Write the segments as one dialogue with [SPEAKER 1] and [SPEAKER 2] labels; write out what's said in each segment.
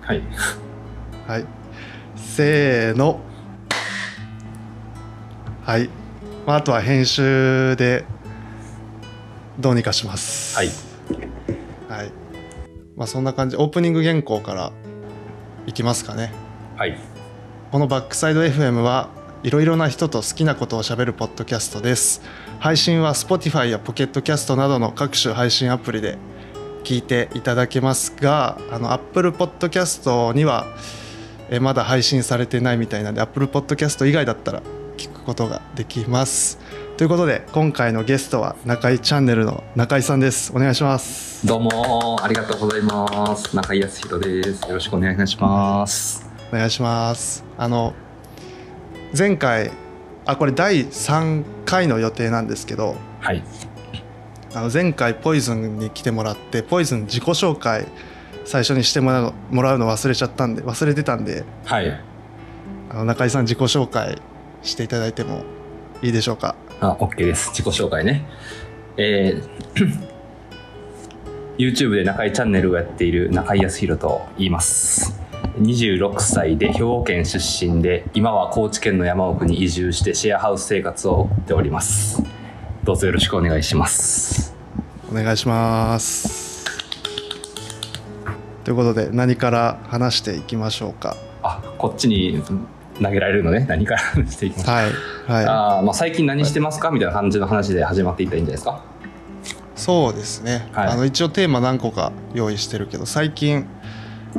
[SPEAKER 1] はい。
[SPEAKER 2] はい。せーの。はい。まあ、あとは編集でどうにかします。
[SPEAKER 1] はい。
[SPEAKER 2] はい。まあそんな感じ。オープニング原稿からいきますかね。
[SPEAKER 1] はい。
[SPEAKER 2] このバックサイド FM はいろいろな人と好きなことをしゃべるポッドキャストです配信は Spotify やポケットキャストなどの各種配信アプリで聞いていただけますがあの Apple Podcast にはえまだ配信されてないみたいなんで Apple Podcast 以外だったら聞くことができますということで今回のゲストは中井チャンネルの中井さんですお願いします
[SPEAKER 1] どうも、ありがとうございます。中井康弘です。よろしくお願いします。
[SPEAKER 2] お願いしますあの前回あこれ第3回の予定なんですけど
[SPEAKER 1] はい。
[SPEAKER 2] あの前回ポイズンに来てもらってポイズン自己紹介最初にしてもらうのもらうの忘れちゃったんで忘れてたんで
[SPEAKER 1] はい。
[SPEAKER 2] あの中井さん自己紹介していただいてもいいでしょうか
[SPEAKER 1] あ、OK です。自己紹介ね。えー YouTube で中井チャンネルをやっている中井康弘と言います。26歳で兵庫県出身で、今は高知県の山奥に移住してシェアハウス生活を送っております。どうぞよろしくお願いします。
[SPEAKER 2] お願いしますということで何から話していきましょうか
[SPEAKER 1] あ、こっちに投げられるのね。何から話していきます
[SPEAKER 2] はいは
[SPEAKER 1] あーまあ、最近何してますかみたいな感じの話で始まっていったらいいんじゃないですか。
[SPEAKER 2] いそうですね、
[SPEAKER 1] はい
[SPEAKER 2] あの一応テーマ何個か用意してるけど最近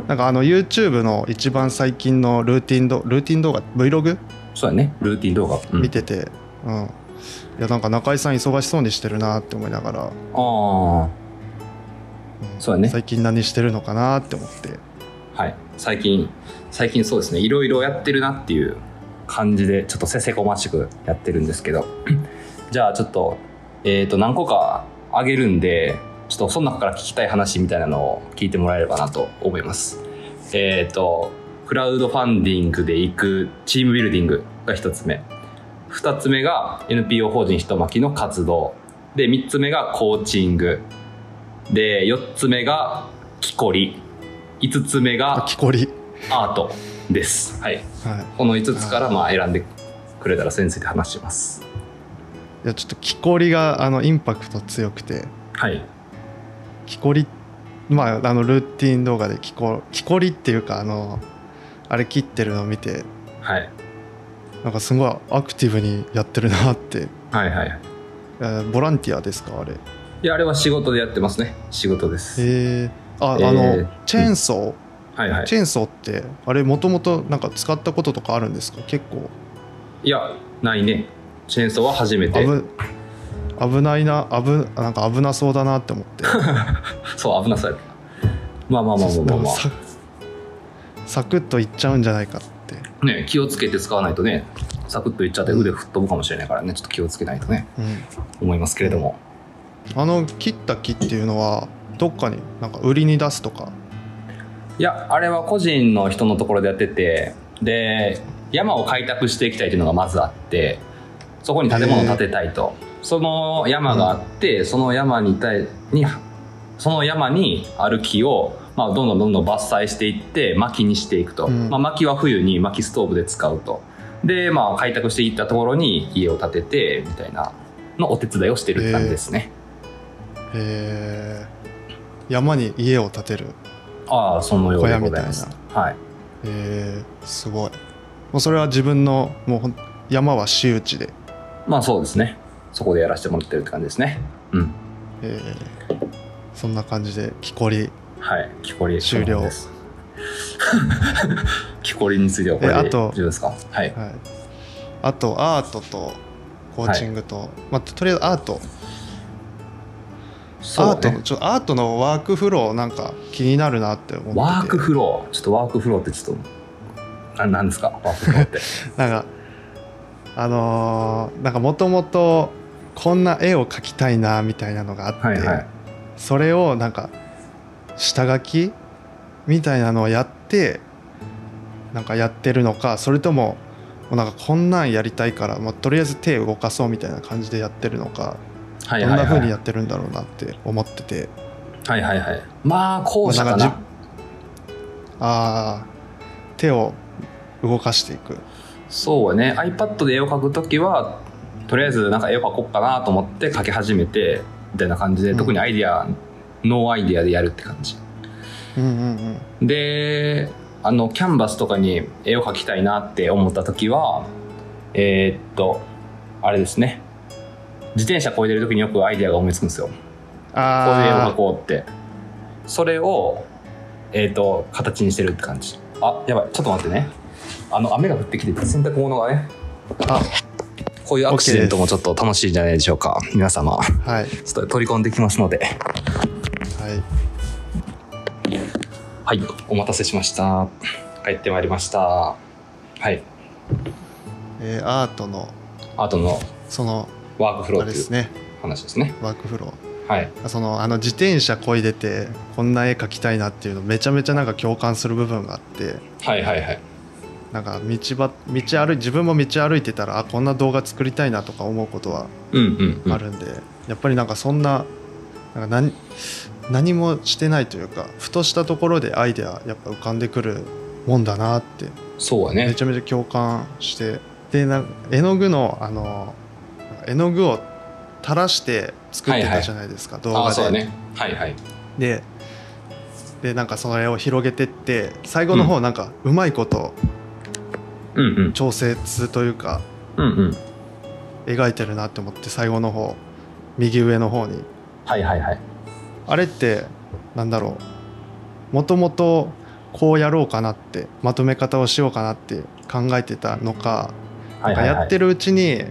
[SPEAKER 2] なんかあの YouTube の一番最近のルーティンどルーティン動画 Vlog
[SPEAKER 1] そうだね、ルーティン動画。うん
[SPEAKER 2] 見てて、うんいやなんか中井さん忙しそうにしてるなって思いながら、
[SPEAKER 1] あ
[SPEAKER 2] うん
[SPEAKER 1] そうだね
[SPEAKER 2] 最近何してるのかなって思って
[SPEAKER 1] あ、はい。最近、最近そうですね、いろいろやってるなっていう感じで、ちょっとせせこましくやってるんですけど、 じゃあちょっと、えっ、と、何個かあげるんで、ちょっとその中から聞きたい話みたいなのを聞いてもらえればなと思います。えっ、と、クラウドファンディングで行くチームビルディングが一つ目。二つ目が NPO 法人ひとまきの活動。で、三つ目がコーチング。で、四つ目が木こり。五つ目
[SPEAKER 2] あ
[SPEAKER 1] が
[SPEAKER 2] 木こり、
[SPEAKER 1] アートです。はい。
[SPEAKER 2] はい、
[SPEAKER 1] この五つからまあ選んでくれたら先生で話します。
[SPEAKER 2] いやちょっと木こりがあのインパクト強くて
[SPEAKER 1] はい。
[SPEAKER 2] 木こりまああのルーティン動画で木こ木こりっていうかあのあれ切ってるのを見て
[SPEAKER 1] はい。
[SPEAKER 2] なんかすごいアクティブにやってるなって、
[SPEAKER 1] はいはい。
[SPEAKER 2] えーボランティアですかあれへ
[SPEAKER 1] いや、あれは仕事でやってますね。仕事です。
[SPEAKER 2] えああ
[SPEAKER 1] えー
[SPEAKER 2] の、
[SPEAKER 1] うん
[SPEAKER 2] チェーンソー、
[SPEAKER 1] はいはい
[SPEAKER 2] チ。ェーンソーってあれもともとなんか使ったこととかあるんですか結構
[SPEAKER 1] いや、ないね。チェーンソーは初めて。
[SPEAKER 2] 危危ないな危なんか危なそうだなって思っ てま
[SPEAKER 1] そう、危なそうやった。まあまあまあまあま あま
[SPEAKER 2] ササクッといっちゃうんじゃないかって
[SPEAKER 1] あ。ね、気をつけて使わないとね、サクッといっちゃって腕吹っ飛ぶかもしれないからね、ちょっと気をつけないとね、
[SPEAKER 2] うん、
[SPEAKER 1] 思いますけれども。
[SPEAKER 2] あの切った木っていうのはどっかになんか売りに出すとか
[SPEAKER 1] いや、あれは個人の人のところでやってて、で、山を開拓していきたいというのがまずあって、そこに建物を建てたいと。その山があって、その山に対、に、その山に歩きを、まあ、どんどんどんどん伐採していって、薪にしていくと。
[SPEAKER 2] うん
[SPEAKER 1] まあ、薪は冬に薪ストーブで使うと。で、まあ、開拓していったところに家を建てて、みたいなのお手伝いをしてるって感じですね。
[SPEAKER 2] えー山に家を建てる
[SPEAKER 1] ああ、そのよう
[SPEAKER 2] 小
[SPEAKER 1] で
[SPEAKER 2] 屋
[SPEAKER 1] ご
[SPEAKER 2] み
[SPEAKER 1] ざ
[SPEAKER 2] た
[SPEAKER 1] い
[SPEAKER 2] いな
[SPEAKER 1] ます。はい。
[SPEAKER 2] えーすごいもうそれは自分のもうほん山は私有地で、
[SPEAKER 1] まあ、そうですね。そこでやらせてもらってるって感じですね。うん。
[SPEAKER 2] えーそんな感じで木こり
[SPEAKER 1] はい、木こり
[SPEAKER 2] 終了
[SPEAKER 1] です。 木こりについてはこれ
[SPEAKER 2] えあと
[SPEAKER 1] 重要ですか。はい。
[SPEAKER 2] はい、あとアートとコーチングと、まあ、とりあえずアート、
[SPEAKER 1] そ
[SPEAKER 2] ア
[SPEAKER 1] う
[SPEAKER 2] ー
[SPEAKER 1] ね、
[SPEAKER 2] トのちょアートのワークフローなんか気になるなって思ってて
[SPEAKER 1] ワークフロー、ちょっとワークフローってちょっとななんですか。ワークフロー って。
[SPEAKER 2] なんかあのーなんかもともとこんな絵を描きたいなみたいなのがあって、
[SPEAKER 1] はいはい。
[SPEAKER 2] それをなんか下書きみたいなのをやってなんかやってるのかそれとももうなんかこんなんやりたいから、まあ、とりあえず手動かそうみたいな感じでやってるのか
[SPEAKER 1] はい
[SPEAKER 2] どん
[SPEAKER 1] はい
[SPEAKER 2] な
[SPEAKER 1] は
[SPEAKER 2] 風
[SPEAKER 1] い。
[SPEAKER 2] にやってるんだろうなって思ってて、
[SPEAKER 1] はいはいはい。まあ後者か
[SPEAKER 2] まあなん
[SPEAKER 1] な
[SPEAKER 2] か。あー手を動かしていく
[SPEAKER 1] そうね iPad で絵を描くときはとりあえずなんか絵を描こうかなと思って描き始めてみたいな感じで、
[SPEAKER 2] うん
[SPEAKER 1] 特にアイディアノーアイディアでやるって感じ
[SPEAKER 2] うんうん
[SPEAKER 1] であのキャンバスとかに絵を描きたいなって思った時はえーっとあれですね自転車こいでる時によくアイデアが思いつくんですよこ
[SPEAKER 2] うん
[SPEAKER 1] ういう絵を
[SPEAKER 2] あ
[SPEAKER 1] 描こうってそれをえーっと形にしてるって感じあやばいちょっと待ってねあの雨が降ってきてて洗濯物がね
[SPEAKER 2] あ
[SPEAKER 1] こういうアクシデントもちょっと楽しいんじゃないでしょうか皆様ちょ
[SPEAKER 2] あはい
[SPEAKER 1] っと取り込んできますので
[SPEAKER 2] はい
[SPEAKER 1] はいお待たせしました帰ってまいりましたはい
[SPEAKER 2] えーアートの
[SPEAKER 1] アートの
[SPEAKER 2] その
[SPEAKER 1] ワークフロ
[SPEAKER 2] あ
[SPEAKER 1] ー
[SPEAKER 2] れ
[SPEAKER 1] と
[SPEAKER 2] で
[SPEAKER 1] いう
[SPEAKER 2] すね
[SPEAKER 1] 話ですね。
[SPEAKER 2] ワークフロー
[SPEAKER 1] はい。
[SPEAKER 2] そのあの自転車こいでてこんな絵描きたいなっていうのめちゃめちゃなんか共感する部分があって
[SPEAKER 1] はいはいはい。
[SPEAKER 2] なんか道ば道歩い自分も道歩いてたらあこんな動画作りたいなとか思うことは
[SPEAKER 1] うんうん、うん。
[SPEAKER 2] あるんで、やっぱりなんかそんななんか何何もしてないというかふとしたところでアイデアやっぱ浮かんでくるもんだなって
[SPEAKER 1] そうや
[SPEAKER 2] め
[SPEAKER 1] ね。
[SPEAKER 2] ちゃめちゃ共感してでなんか絵の具のあの絵の具を垂らして作ってたじゃないですか、動
[SPEAKER 1] ああ、
[SPEAKER 2] 画
[SPEAKER 1] そう
[SPEAKER 2] で
[SPEAKER 1] や。ね。はいはい。
[SPEAKER 2] ででなんかそれを広げてって最後の方なんかうまいこと
[SPEAKER 1] うんうん。
[SPEAKER 2] 調節というか
[SPEAKER 1] うんうん。
[SPEAKER 2] 描いてるなって思って最後の方右上の方に
[SPEAKER 1] はいはいはい。
[SPEAKER 2] あれってなんだろうもともとこうやろうかなってまとめ方をしようかなって考えてたのか
[SPEAKER 1] はい
[SPEAKER 2] な
[SPEAKER 1] は
[SPEAKER 2] んか
[SPEAKER 1] い、は
[SPEAKER 2] や
[SPEAKER 1] い
[SPEAKER 2] っ。てるうちに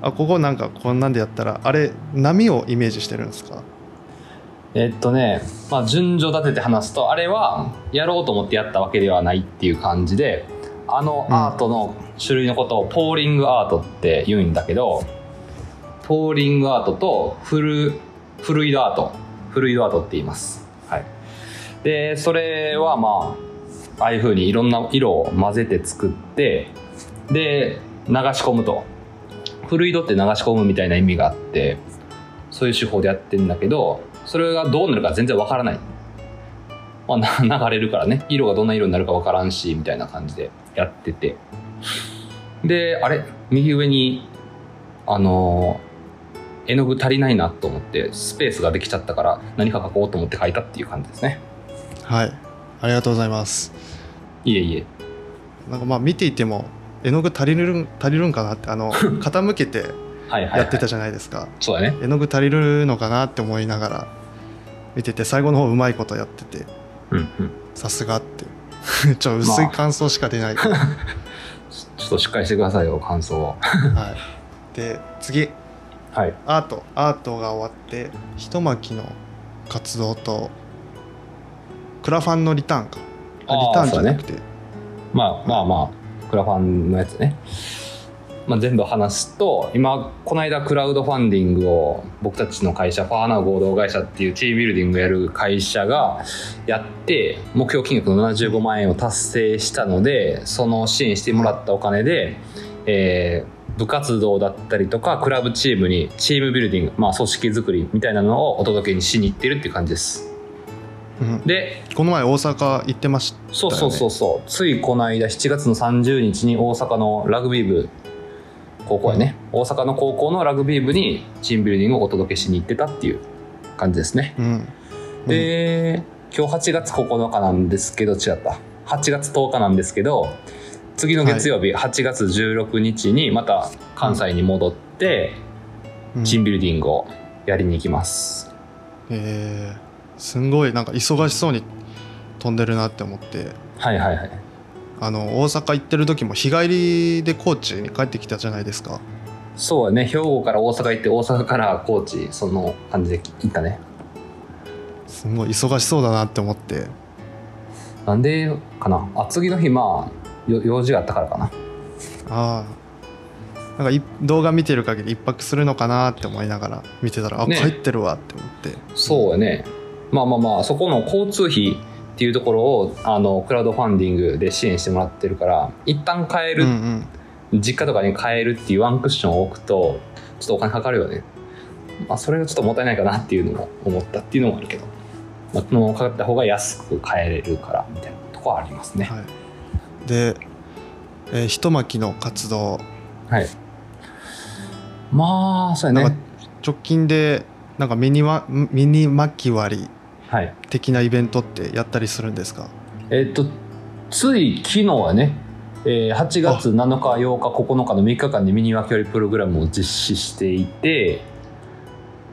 [SPEAKER 2] あここなんかこんなんでやったらあれ波をイメージしてるんですか
[SPEAKER 1] えっとね、まあ順序立てて話すと、あれはやろうと思ってやったわけではないっていう感じで、あの
[SPEAKER 2] うん
[SPEAKER 1] アートの種類のことをポーリングアートって言うんだけど、ポーリングアートとフル、フルイドアート、フルイドアートって言います。はい。で、それはまあ、ああいう風にいろんな色を混ぜて作って、で、流し込むと。フルイドって流し込むみたいな意味があって、そういう手法でやってんだけど、それがどうなるか全然わからない。まあな、流 れるからね、色がどんな色になるかわからんし、みたいな感じでやってて。で、あれ右上に、あのー絵の具足りないなと思って、スペースができちゃったから、何か書こうと思って書いたっていう感じですね。
[SPEAKER 2] はいありがとうございます
[SPEAKER 1] いえいえ。
[SPEAKER 2] なんかまあ見ていても絵の具足りるん足りるんかなって あの傾けて
[SPEAKER 1] はいはい、はい。
[SPEAKER 2] やってたじゃないですか、
[SPEAKER 1] そうだね。
[SPEAKER 2] 絵の具足りるのかなって思いながら見てて最後の方うまいことやってて
[SPEAKER 1] うんうん。
[SPEAKER 2] さすがって ちょっと薄い感想しか 出ない、
[SPEAKER 1] ちょっとしっかりしてくださいよ、感想を。
[SPEAKER 2] はい、で次
[SPEAKER 1] はい。
[SPEAKER 2] アートアートが終わってひとまきの活動とクラファンのリターンかあリターンじゃなくて、
[SPEAKER 1] まあまあまあ、クラファンのやつね。まあ、全部話すと、今、この間、クラウドファンディングを、僕たちの会社、ファーナー合同会社っていうチームビルディングやる会社がやって、目標金額の75万円を達成したので、その支援してもらったお金で、えー部活動だったりとか、クラブチームに、チームビルディング、まあ、組織作りみたいなのをお届けにしに行ってるっていう感じです。
[SPEAKER 2] うん、
[SPEAKER 1] で、
[SPEAKER 2] この前大阪行ってまし
[SPEAKER 1] そうそうそうそう、ついこの間7月の30日に大阪のラグビー部高校やね、大阪の高校のラグビー部にチームビルディングをお届けしに行ってたっていう感じですね、
[SPEAKER 2] たうん
[SPEAKER 1] で今日8月9日なんですけど違った8月10日なんですけど次の月曜日8月16日にまた関西に戻って
[SPEAKER 2] うん
[SPEAKER 1] チームビルディングをやりに行きます、
[SPEAKER 2] えーすんごいなんか忙しそうに飛んでるなって思って
[SPEAKER 1] はいはいはい
[SPEAKER 2] あの大阪行ってる時も日帰りで高知に帰ってきたじゃないですか
[SPEAKER 1] そうやね兵庫から大阪行って大阪から高知その感じで行ったね
[SPEAKER 2] すごい忙しそうだなって思って
[SPEAKER 1] なんでかなあ次の日まあよ用事があったからかな
[SPEAKER 2] ああなんかい動画見てる限り一泊するのかなって思いながら見てたらあ、
[SPEAKER 1] ね
[SPEAKER 2] 帰ってるわって思って
[SPEAKER 1] そうやねまあまあまあそこの交通費っていうところをあのクラウドファンディングで支援してもらってるから一旦買え
[SPEAKER 2] う
[SPEAKER 1] る、
[SPEAKER 2] んうん
[SPEAKER 1] 実家とかに買えるっていうワンクッションを置くとちょっとお金かかるよね、まあ、それがちょっともったいないかなっていうのも思ったっていうのもあるけど、まあ、このままかかった方が安く買えれるからみたいなとこはありますね。
[SPEAKER 2] はい、で、えー、ひとまきの活動
[SPEAKER 1] はい。まあ、そうや
[SPEAKER 2] なん
[SPEAKER 1] ね
[SPEAKER 2] か。直近でなんかミニワミニ巻き割り
[SPEAKER 1] はい。
[SPEAKER 2] 的なイベントってやったりするんですか
[SPEAKER 1] えっと、つい昨日はね、えー8月7日、8日、9日の3日間でミニ分け割りプログラムを実施していて、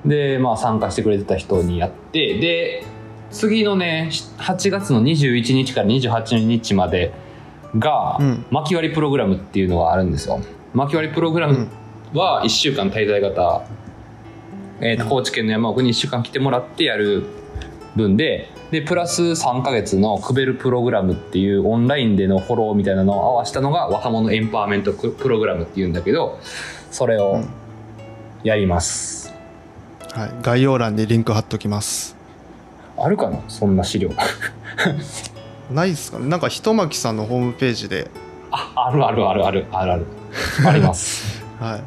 [SPEAKER 1] で、まあ参加してくれてた人にやって、で、次のね、8月の21日から28日までが、
[SPEAKER 2] うん
[SPEAKER 1] 巻き割りプログラムっていうのがあるんですよ。巻き割りプログラムは1週間滞在型、えーと
[SPEAKER 2] うん
[SPEAKER 1] 高知県の山奥に1週間来てもらってやる分ででプラス3ヶ月のくべるプログラムっていうオンラインでのフォローみたいなのを合わせたのが若者エンパワーメントププログラムっていうんだけどそれ
[SPEAKER 2] う
[SPEAKER 1] を
[SPEAKER 2] ん
[SPEAKER 1] やります、
[SPEAKER 2] はい、概要欄にリンク貼っときます
[SPEAKER 1] あるかなそんな 資料
[SPEAKER 2] ないですかねなんかひとまきさんのホームページで、
[SPEAKER 1] ああるあるあるあるあるあるあり ます
[SPEAKER 2] はい、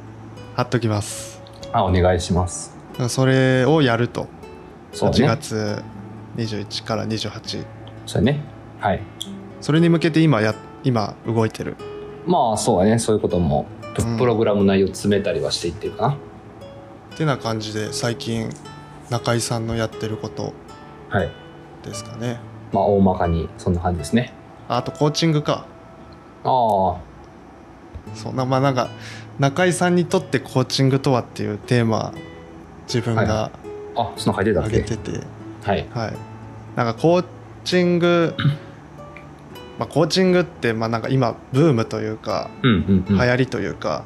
[SPEAKER 2] 貼っときます
[SPEAKER 1] あお願いします
[SPEAKER 2] それをやると、
[SPEAKER 1] そう
[SPEAKER 2] 8
[SPEAKER 1] だね
[SPEAKER 2] 月21から28
[SPEAKER 1] そうだねはい
[SPEAKER 2] それに向けて今や今動いてる
[SPEAKER 1] まあそうだねそういうこともプ
[SPEAKER 2] うん
[SPEAKER 1] プログラム内容詰めたりはしていってるかな、
[SPEAKER 2] ってな感じで最近中井さんのやってること
[SPEAKER 1] はい
[SPEAKER 2] ですかね
[SPEAKER 1] まあ大まかにそんな感じですね
[SPEAKER 2] ああとコーチングか
[SPEAKER 1] ああ
[SPEAKER 2] そうなまあなんか中井さんにとってコーチングとはっていうテーマ自分が
[SPEAKER 1] あそんな書いてたっ
[SPEAKER 2] 挙
[SPEAKER 1] け
[SPEAKER 2] げてて、
[SPEAKER 1] はい
[SPEAKER 2] はいなんかコーチ ングまあコーチングってまあなんか今ブームというか
[SPEAKER 1] うんうん、うん、
[SPEAKER 2] 流
[SPEAKER 1] はい
[SPEAKER 2] 行りというか、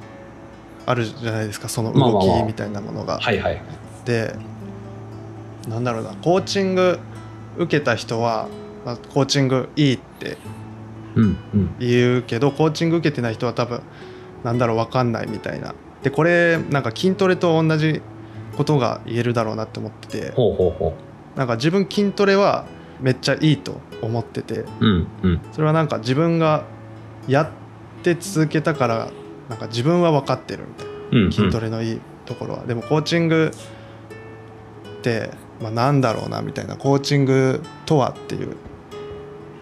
[SPEAKER 2] あるじゃないですかその
[SPEAKER 1] まあま
[SPEAKER 2] 動
[SPEAKER 1] あまあ
[SPEAKER 2] きみたいなものが、
[SPEAKER 1] はいはい
[SPEAKER 2] でなんだろうなコーチング受けた人は、まあ、コーチングいいって
[SPEAKER 1] うんうん
[SPEAKER 2] 言うけどコーチング受けてない人は多分なんだろう分かんないみたいなでこれなんか筋トレと同じことが言えるだろうなって思ってて
[SPEAKER 1] ほうほうほ
[SPEAKER 2] なんか自分筋トレはめっちゃいいと思ってて
[SPEAKER 1] ううんうん
[SPEAKER 2] それはなんか自分がやって続けたからなんか自分は分かってるみたいな
[SPEAKER 1] うんうん
[SPEAKER 2] 筋トレのいいところは、でもコーチングって、まあ、なんだろうなみたいなコーチングとはっていう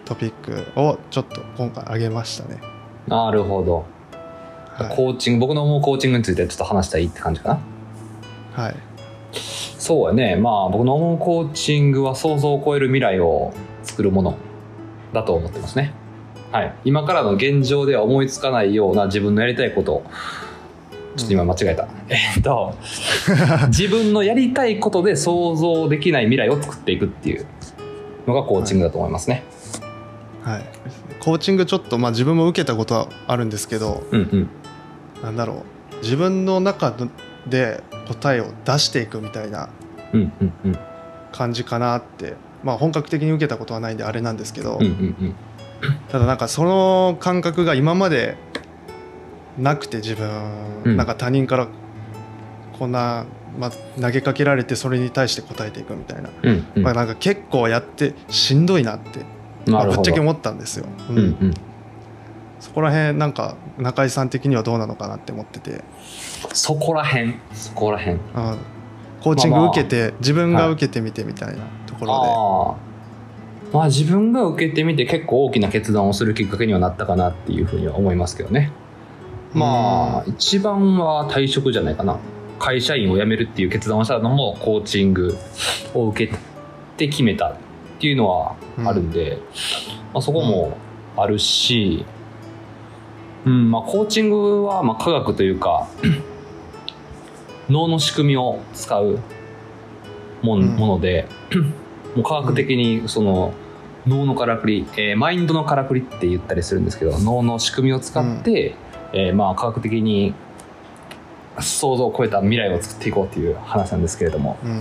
[SPEAKER 2] トピックをちょっと今回挙げましたね。
[SPEAKER 1] なるほど、
[SPEAKER 2] はい
[SPEAKER 1] コーチング僕の思うコーチングについてちょっと話したいって感じかな
[SPEAKER 2] はい
[SPEAKER 1] そうやねまあ僕の思うコーチングは想像を超える未来を作るものだと思ってますねはい今からの現状では思いつかないような自分のやりたいことをちょっと今間違えた、えっ と自分のやりたいことで想像できない未来を作っていくっていうのがコーチングだと思いますね、
[SPEAKER 2] はい、コーチングちょっと、まあ、自分も受けたことはあるんですけど
[SPEAKER 1] うんうん
[SPEAKER 2] なんだろう自分の中で答えを出していくみたいな
[SPEAKER 1] うんうんうん
[SPEAKER 2] 感じかなって、まあ、本格的に受けたことはないんであれなんですけど、
[SPEAKER 1] うんうんうん
[SPEAKER 2] ただなんかその感覚が今までなくて自分、
[SPEAKER 1] うん
[SPEAKER 2] なんか他人からこんな、まあ、投げかけられてそれに対して答えていくみたいな、
[SPEAKER 1] うんうん
[SPEAKER 2] まあ、なんか結構やってしんどいなって、
[SPEAKER 1] な
[SPEAKER 2] まあ、
[SPEAKER 1] る
[SPEAKER 2] ぶっ
[SPEAKER 1] ほ
[SPEAKER 2] ちゃけ
[SPEAKER 1] ど
[SPEAKER 2] 思ったんですよ、うん
[SPEAKER 1] うんうん
[SPEAKER 2] そこら辺なんか中井さん的にはどうなのかなって思ってて、
[SPEAKER 1] そこら辺そこら辺
[SPEAKER 2] うんコーチン
[SPEAKER 1] まあ
[SPEAKER 2] グ
[SPEAKER 1] まあ
[SPEAKER 2] 受けて自分が受けてみてみたいなところ
[SPEAKER 1] ああまあ自分が受けてみて結構大きな決断をするきっかけにはなったかなっていうふうには思いますけどねまあ一番は退職じゃないかな会社員を辞めるっていう決断をしたのもコーチングを受けて決めたっていうのはあるんで、まあ、そこもあるし、うんまあ、コーチングはまあ科学というか脳の仕組みを使うも,、
[SPEAKER 2] うん
[SPEAKER 1] ん、ものでもう科学的にその脳のからくり、えーマインドのからくりって言ったりするんですけど脳の仕組みを使って、えーまあ、科学的に想像を超えた未来を作っていこうという話なんですけれども
[SPEAKER 2] で、うん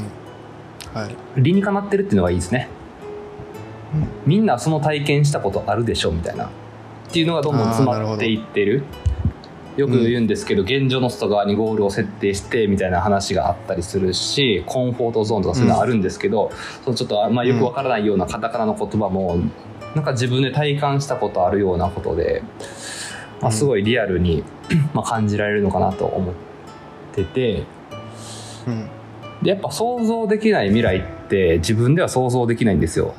[SPEAKER 2] はい
[SPEAKER 1] 理にかなってるっていうのがいいですね、
[SPEAKER 2] うん
[SPEAKER 1] みんなその体験したことあるでしょみたいなっていうのがどんどん詰まっていってるよ
[SPEAKER 2] ほど
[SPEAKER 1] く言うんですけど、現状の外側にゴールを設定してみたいな話があったりするしコンフォートゾーンとかそういうのはあるんですけど、そのちょっとあんまよくわからないようなカタカナの言葉も、なんか自分で体感したことあるようなことで、まあ、すごいリアルに、まあ、感じられるのかなと思ってて。
[SPEAKER 2] うん
[SPEAKER 1] でやっぱ想像できない未来って自分では想像できないんですよ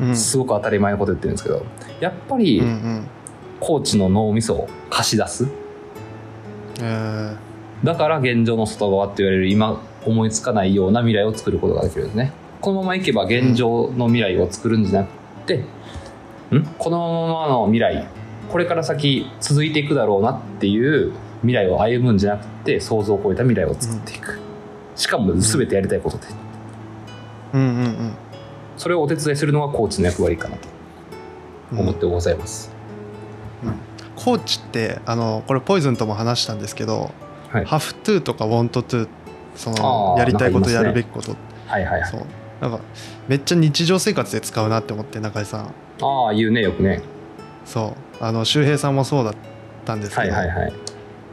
[SPEAKER 2] うん
[SPEAKER 1] すごく当たり前のこと言ってるんですけどやっぱり
[SPEAKER 2] うんうん
[SPEAKER 1] コーチの脳みそを貸し出す
[SPEAKER 2] えー
[SPEAKER 1] だから現状の外側って言われる今思いつかないような未来を作ることができるんですねこのままいけば現状の未来を作るんじゃなくて、ん、このままの未来これから先続いていくだろうなっていう未来を歩むんじゃなくて想像を超えた未来を作っていく、しかも全てやりたいことで
[SPEAKER 2] うんうんうん
[SPEAKER 1] それをお手伝いするのがコーチの役割かなと
[SPEAKER 2] うん
[SPEAKER 1] 思ってございます、
[SPEAKER 2] コーチってあのこれポイズンとも話したんですけど「
[SPEAKER 1] はい
[SPEAKER 2] have to」とか「want to」そ
[SPEAKER 1] あ
[SPEAKER 2] の
[SPEAKER 1] ー
[SPEAKER 2] やりたいこと
[SPEAKER 1] なん
[SPEAKER 2] や
[SPEAKER 1] か
[SPEAKER 2] る
[SPEAKER 1] 言いますね
[SPEAKER 2] べきこと
[SPEAKER 1] はいはいはい
[SPEAKER 2] そうなんかめっちゃ日常生活で使うなって思って中井さん
[SPEAKER 1] ああ言うねよくね
[SPEAKER 2] そうあの周平さんもそうだったんです
[SPEAKER 1] は
[SPEAKER 2] け
[SPEAKER 1] い
[SPEAKER 2] ど、
[SPEAKER 1] はいはい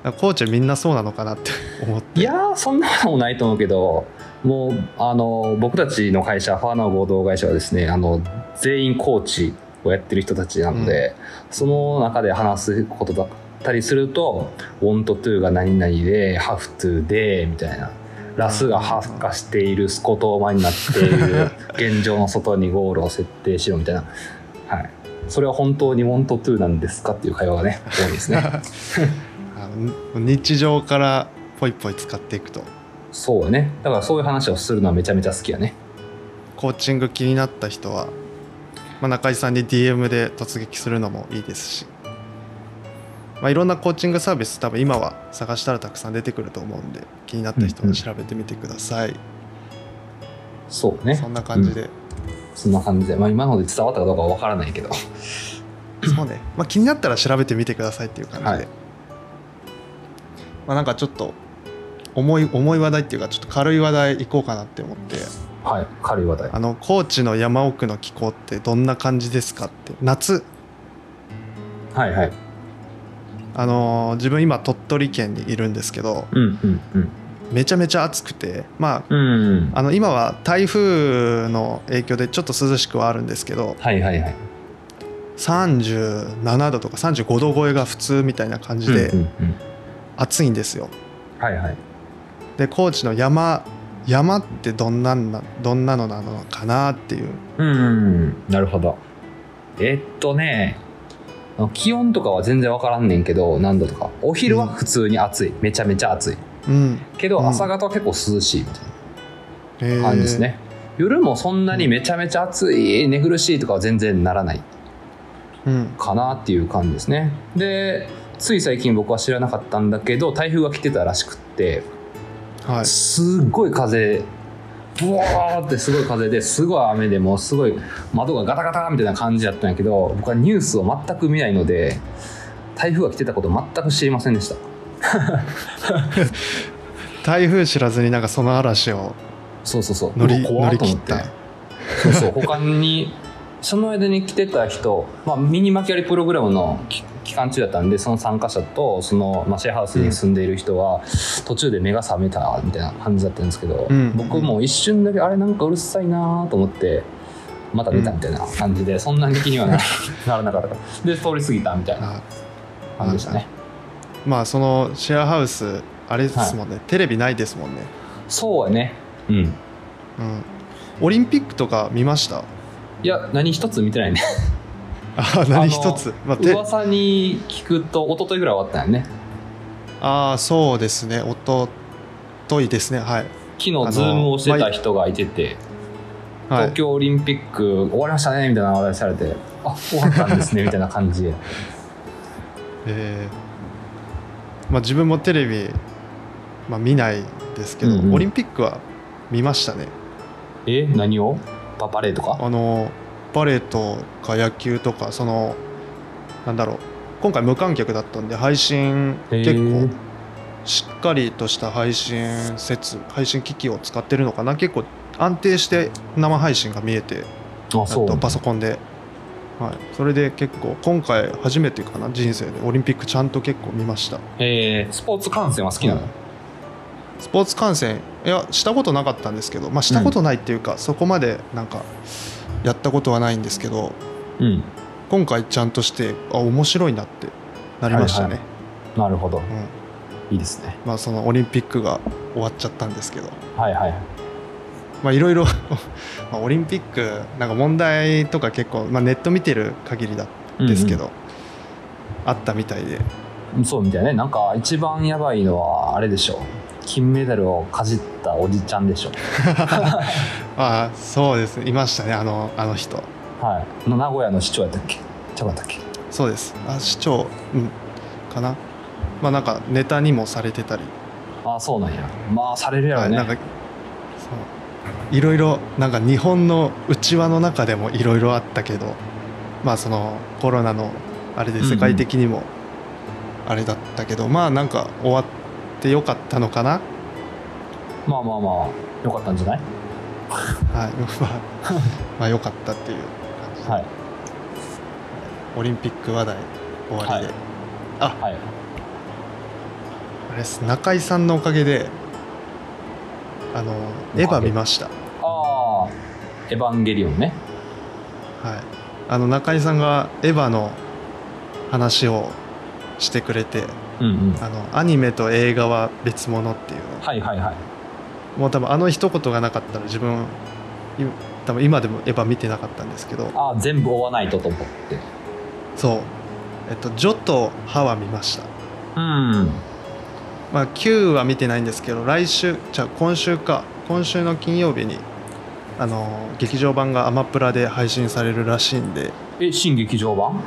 [SPEAKER 2] なんかコーチはみんなそうなのかなって 思って
[SPEAKER 1] いやーそんなこともないと思うけどもうあの僕たちの会社ファーナー合同会社はですねあの全員コーチをやってる人たちなので、その中で話すことだったりすると「want to」が何々で「have to」でみたいな。ラスが発火しているスコトーマになっている現状の外にゴールを設定しろみたいな、はい、それは本当に「want to」なんですかっていう会話がね多いですね
[SPEAKER 2] あの日常からポイポイ使っていくと
[SPEAKER 1] そうよねだからそういう話をするのはめちゃめちゃ好きやね
[SPEAKER 2] コーチング気になった人は、まあ、中井さんに DM で突撃するのもいいですし、まあ、いろんなコーチングサービス多分今は探したらたくさん出てくると思うんで気になった人
[SPEAKER 1] うんう
[SPEAKER 2] は
[SPEAKER 1] ん
[SPEAKER 2] 調べてみてください、
[SPEAKER 1] そうね
[SPEAKER 2] そんな感じで、
[SPEAKER 1] そんな感じで、まあ、今ので伝わったかどうかは分からないけど
[SPEAKER 2] そうね、まあ、気になったら調べてみてくださいっていう感じで、
[SPEAKER 1] はい
[SPEAKER 2] まあ、なんかちょっと重い重い話題っていうかちょっと軽い話題いこうかなって思って
[SPEAKER 1] はい軽い話題
[SPEAKER 2] あの高知の山奥の気候ってどんな感じですかって夏
[SPEAKER 1] はいはい
[SPEAKER 2] あのー自分今鳥取県にいるんですけど
[SPEAKER 1] うんうんうん
[SPEAKER 2] めちゃめちゃ暑くてま
[SPEAKER 1] うんうん
[SPEAKER 2] ああの今は台風の影響でちょっと涼しくはあるんですけど
[SPEAKER 1] はいはいはい
[SPEAKER 2] 37度とか35度超えが普通みたいな感じで
[SPEAKER 1] うんうんうん
[SPEAKER 2] 暑いんですよ。
[SPEAKER 1] はいはい
[SPEAKER 2] で高知の山山ってどんなんなどんなのなのかなっていう
[SPEAKER 1] うんうんうんなるほどえっとね気温とかは全然分からんねんけど何度とかお昼は普通に暑い、めちゃめちゃ暑い
[SPEAKER 2] うん
[SPEAKER 1] け
[SPEAKER 2] う
[SPEAKER 1] ど
[SPEAKER 2] ん
[SPEAKER 1] 朝方は結構涼しいみたい
[SPEAKER 2] えー
[SPEAKER 1] な感じですね、夜もそんなにめちゃめちゃ暑い寝苦しいとかは全然ならない
[SPEAKER 2] うん
[SPEAKER 1] かなっていう感じですねでつい最近僕は知らなかったんだけど台風が来てたらしくって
[SPEAKER 2] はい
[SPEAKER 1] すっごい風ブワーってすごい風ですごい雨でもうすごい窓がガタガタみたいな感じだったんやけど僕はニュースを全く見ないので台風が来てたこと全く知りませんでした
[SPEAKER 2] 台風知らずになんかその嵐を
[SPEAKER 1] そうそうそう
[SPEAKER 2] 乗り
[SPEAKER 1] うわ怖
[SPEAKER 2] 乗
[SPEAKER 1] っ
[SPEAKER 2] り
[SPEAKER 1] と
[SPEAKER 2] 切
[SPEAKER 1] 思
[SPEAKER 2] っ
[SPEAKER 1] って
[SPEAKER 2] て
[SPEAKER 1] そうそう他にその間に来てた人、まあ、ミニマキャリプログラムの期期間中だったんでその参加者とその、まあ、シェアハウスに住んでいる人は、途中で目が覚めたみたいな感じだったんですけど、
[SPEAKER 2] うん
[SPEAKER 1] 僕も一瞬だけあれなんかうるさいなと思ってまた寝たみたいな感じで、そんなに気には なならなかったで通り過ぎたみたいな
[SPEAKER 2] あ
[SPEAKER 1] 感じでしたね
[SPEAKER 2] まあそのシェアハウスあれですもんね、テレビないですもんね、
[SPEAKER 1] そうやねうん
[SPEAKER 2] うん、オリンピックとか見ました
[SPEAKER 1] いや何一つ見てないね
[SPEAKER 2] あ何一つまあ、て
[SPEAKER 1] 噂に聞くと一昨日ぐらい終わったんやね
[SPEAKER 2] あーそうですねおとといですねはい、
[SPEAKER 1] 昨日ズームをしてた人がいてて、
[SPEAKER 2] は
[SPEAKER 1] 東
[SPEAKER 2] い、
[SPEAKER 1] 京オリンピック終わりましたねみたいな話題されてあ終わったん ですねみたいな感じで
[SPEAKER 2] えーまあ自分もテレビ、まあ、見ないですけど、
[SPEAKER 1] うんうん
[SPEAKER 2] オリンピックは見ましたね
[SPEAKER 1] え何をパパレーとか
[SPEAKER 2] あのバレエとか野球とかそのなんだろう今回無観客だったんで配信
[SPEAKER 1] へ
[SPEAKER 2] 結
[SPEAKER 1] ー
[SPEAKER 2] 構しっかりとした配信設配信機器を使ってるのかな結構安定して生配信が見えて
[SPEAKER 1] あ
[SPEAKER 2] あ
[SPEAKER 1] そう
[SPEAKER 2] とパソコンで、はい、それで結構今回初めてかな人生でオリンピックちゃんと結構見ました
[SPEAKER 1] えースポーツ観戦は好きなの、
[SPEAKER 2] はいスポーツ観戦いやしたことなかったんですけど、まあ、したことないっていうか、そこまでなんかやったことはないんですけど、
[SPEAKER 1] うん
[SPEAKER 2] 今回ちゃんとしてあ面白いなってなりましたね、
[SPEAKER 1] はいなるほど
[SPEAKER 2] うん
[SPEAKER 1] いいですね
[SPEAKER 2] まあ、そのオリンピックが終わっちゃったんですけど、
[SPEAKER 1] はいはい
[SPEAKER 2] まあいろい ろまあオリンピックなんか問題とか結構、まあ、ネット見てる限りだですけど、あったみたいで
[SPEAKER 1] うんうんそうみたいねなんか一番やばいのはあれでしょ金メダルをかじったおじちゃんでしょ
[SPEAKER 2] ああそうですねいましたねあのあの人
[SPEAKER 1] はい名古屋の市長やったっけちゃうかったっけ
[SPEAKER 2] そうですあ市長、うん、かなまあなんかネタにもされてたり、
[SPEAKER 1] ああそうなんやまあされるやろ
[SPEAKER 2] は
[SPEAKER 1] う
[SPEAKER 2] い
[SPEAKER 1] ね、
[SPEAKER 2] なんかそういろいろなんか日本の内輪の中でもいろいろあったけどまあそのコロナのあれで世界的にもあれだったけど、まあなんか終わってよかったのかな
[SPEAKER 1] まあまあまあよかったんじゃない
[SPEAKER 2] はい、 まあ、まあ良かったっていう感じで、
[SPEAKER 1] はい
[SPEAKER 2] オリンピック話題終わりで、
[SPEAKER 1] ははい
[SPEAKER 2] あれです中井さんのおかげであのエヴァ見ました、
[SPEAKER 1] ああエヴァンゲリオンね
[SPEAKER 2] はい、あの中井さんがエヴァの話をしてくれて
[SPEAKER 1] うんうん
[SPEAKER 2] あのアニメと映画は別物っていうの
[SPEAKER 1] はいはいはい
[SPEAKER 2] もう多分あの一言がなかったら自分い多分今でもエヴァ見てなかったんですけど
[SPEAKER 1] ああ全部追わないとと思って
[SPEAKER 2] そう「えっと、ジョ」と「ハ」は見ました
[SPEAKER 1] うん
[SPEAKER 2] まあ、9は見てないんですけど来週じゃあ今週か今週の金曜日にあのー劇場版がアマプラで配信されるらしいんで、
[SPEAKER 1] え新劇場版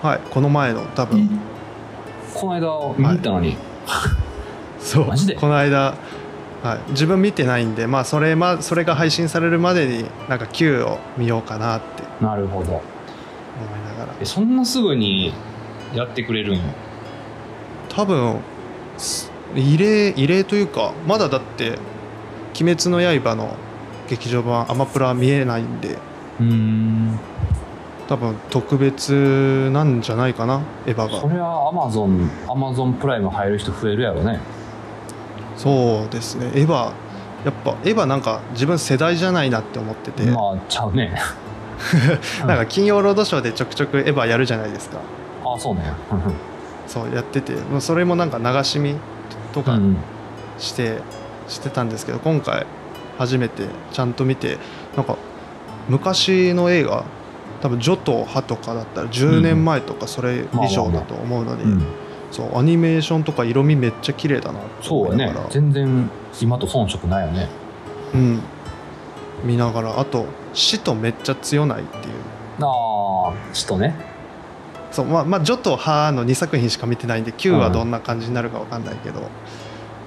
[SPEAKER 2] はい、この前の多分
[SPEAKER 1] この間見に行ったのに、
[SPEAKER 2] そう
[SPEAKER 1] マジで
[SPEAKER 2] この間、はい、自分見てないんで、まあ、それまそれが配信されるまでになんか9を見ようかなって
[SPEAKER 1] なるほど
[SPEAKER 2] 思いながら
[SPEAKER 1] えそんなすぐにやってくれるんよ
[SPEAKER 2] 多分す異例異例というかまだだって「鬼滅の刃」の劇場版アマプラ見えないんで
[SPEAKER 1] うーん
[SPEAKER 2] 多分特別なんじゃないかなエヴァ
[SPEAKER 1] そ
[SPEAKER 2] が
[SPEAKER 1] れはアマゾンアマゾンプライム入る人増えるやろね
[SPEAKER 2] そうですねエヴァやっぱエヴァなんか自分世代じゃないなって思ってて、
[SPEAKER 1] まあちゃう ね
[SPEAKER 2] なんか金曜ロードショーでちょくちょくエヴァやるじゃないですか
[SPEAKER 1] ああそう ね
[SPEAKER 2] そうやっててもうそれもなんか流し見と
[SPEAKER 1] う
[SPEAKER 2] か
[SPEAKER 1] ん
[SPEAKER 2] して、してたんですけど今回初めてちゃんと見てなんか昔の映画多分「ジョ」と「ハ」とかだったら10年前とかそれ以上だと思うので、
[SPEAKER 1] うん
[SPEAKER 2] そうアニメーションとか色味めっちゃ綺麗だなと
[SPEAKER 1] そう
[SPEAKER 2] 思
[SPEAKER 1] や
[SPEAKER 2] いな
[SPEAKER 1] ね
[SPEAKER 2] がら。
[SPEAKER 1] 全然今と遜色ないよね
[SPEAKER 2] うん、見ながらあと「死」とめっちゃ強ないっていう
[SPEAKER 1] ああちとね
[SPEAKER 2] そうまあまあ「ジョ」と「ハ」の2作品しか見てないんで9はどんな感じになるかわかんないけど、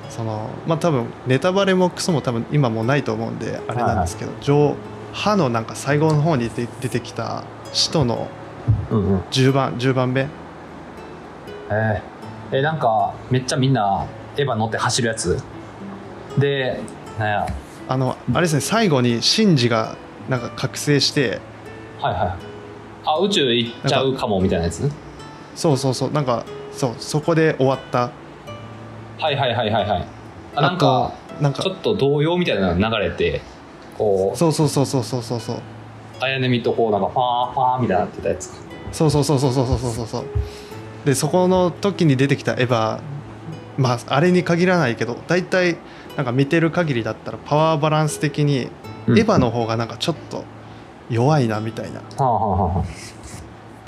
[SPEAKER 2] そのまあ多分ネタバレもクソも多分今もうないと思うんであれなんですけど「ジョ」「ハ」のなんか最後の方に出出てきた「死」との
[SPEAKER 1] うんうん
[SPEAKER 2] 10番10番目
[SPEAKER 1] えーえなんかめっちゃみんなエヴァ乗って走るやつでなんや
[SPEAKER 2] あのあれですね最後にシンジがなんか覚醒して
[SPEAKER 1] はいはいあ宇宙行っちゃうかもみたいなやつ
[SPEAKER 2] そうそうそうなんかそうそこで終わった
[SPEAKER 1] はいはいはいはいはいあなんか
[SPEAKER 2] あとなんか
[SPEAKER 1] ちょっと動揺みたいなのが流れてこう
[SPEAKER 2] そうそうそうそうそうそうそう
[SPEAKER 1] あやねみとこうなんかファーファーみたいになってたやつ
[SPEAKER 2] そうそうそうそうそうそうそうそうでそこの時に出てきたエヴァまああれに限らないけど大体なんか見てる限りだったらパワーバランス的にエ
[SPEAKER 1] うん
[SPEAKER 2] ヴァの方がなんかちょっと弱いなみたいな、
[SPEAKER 1] はあはあはあは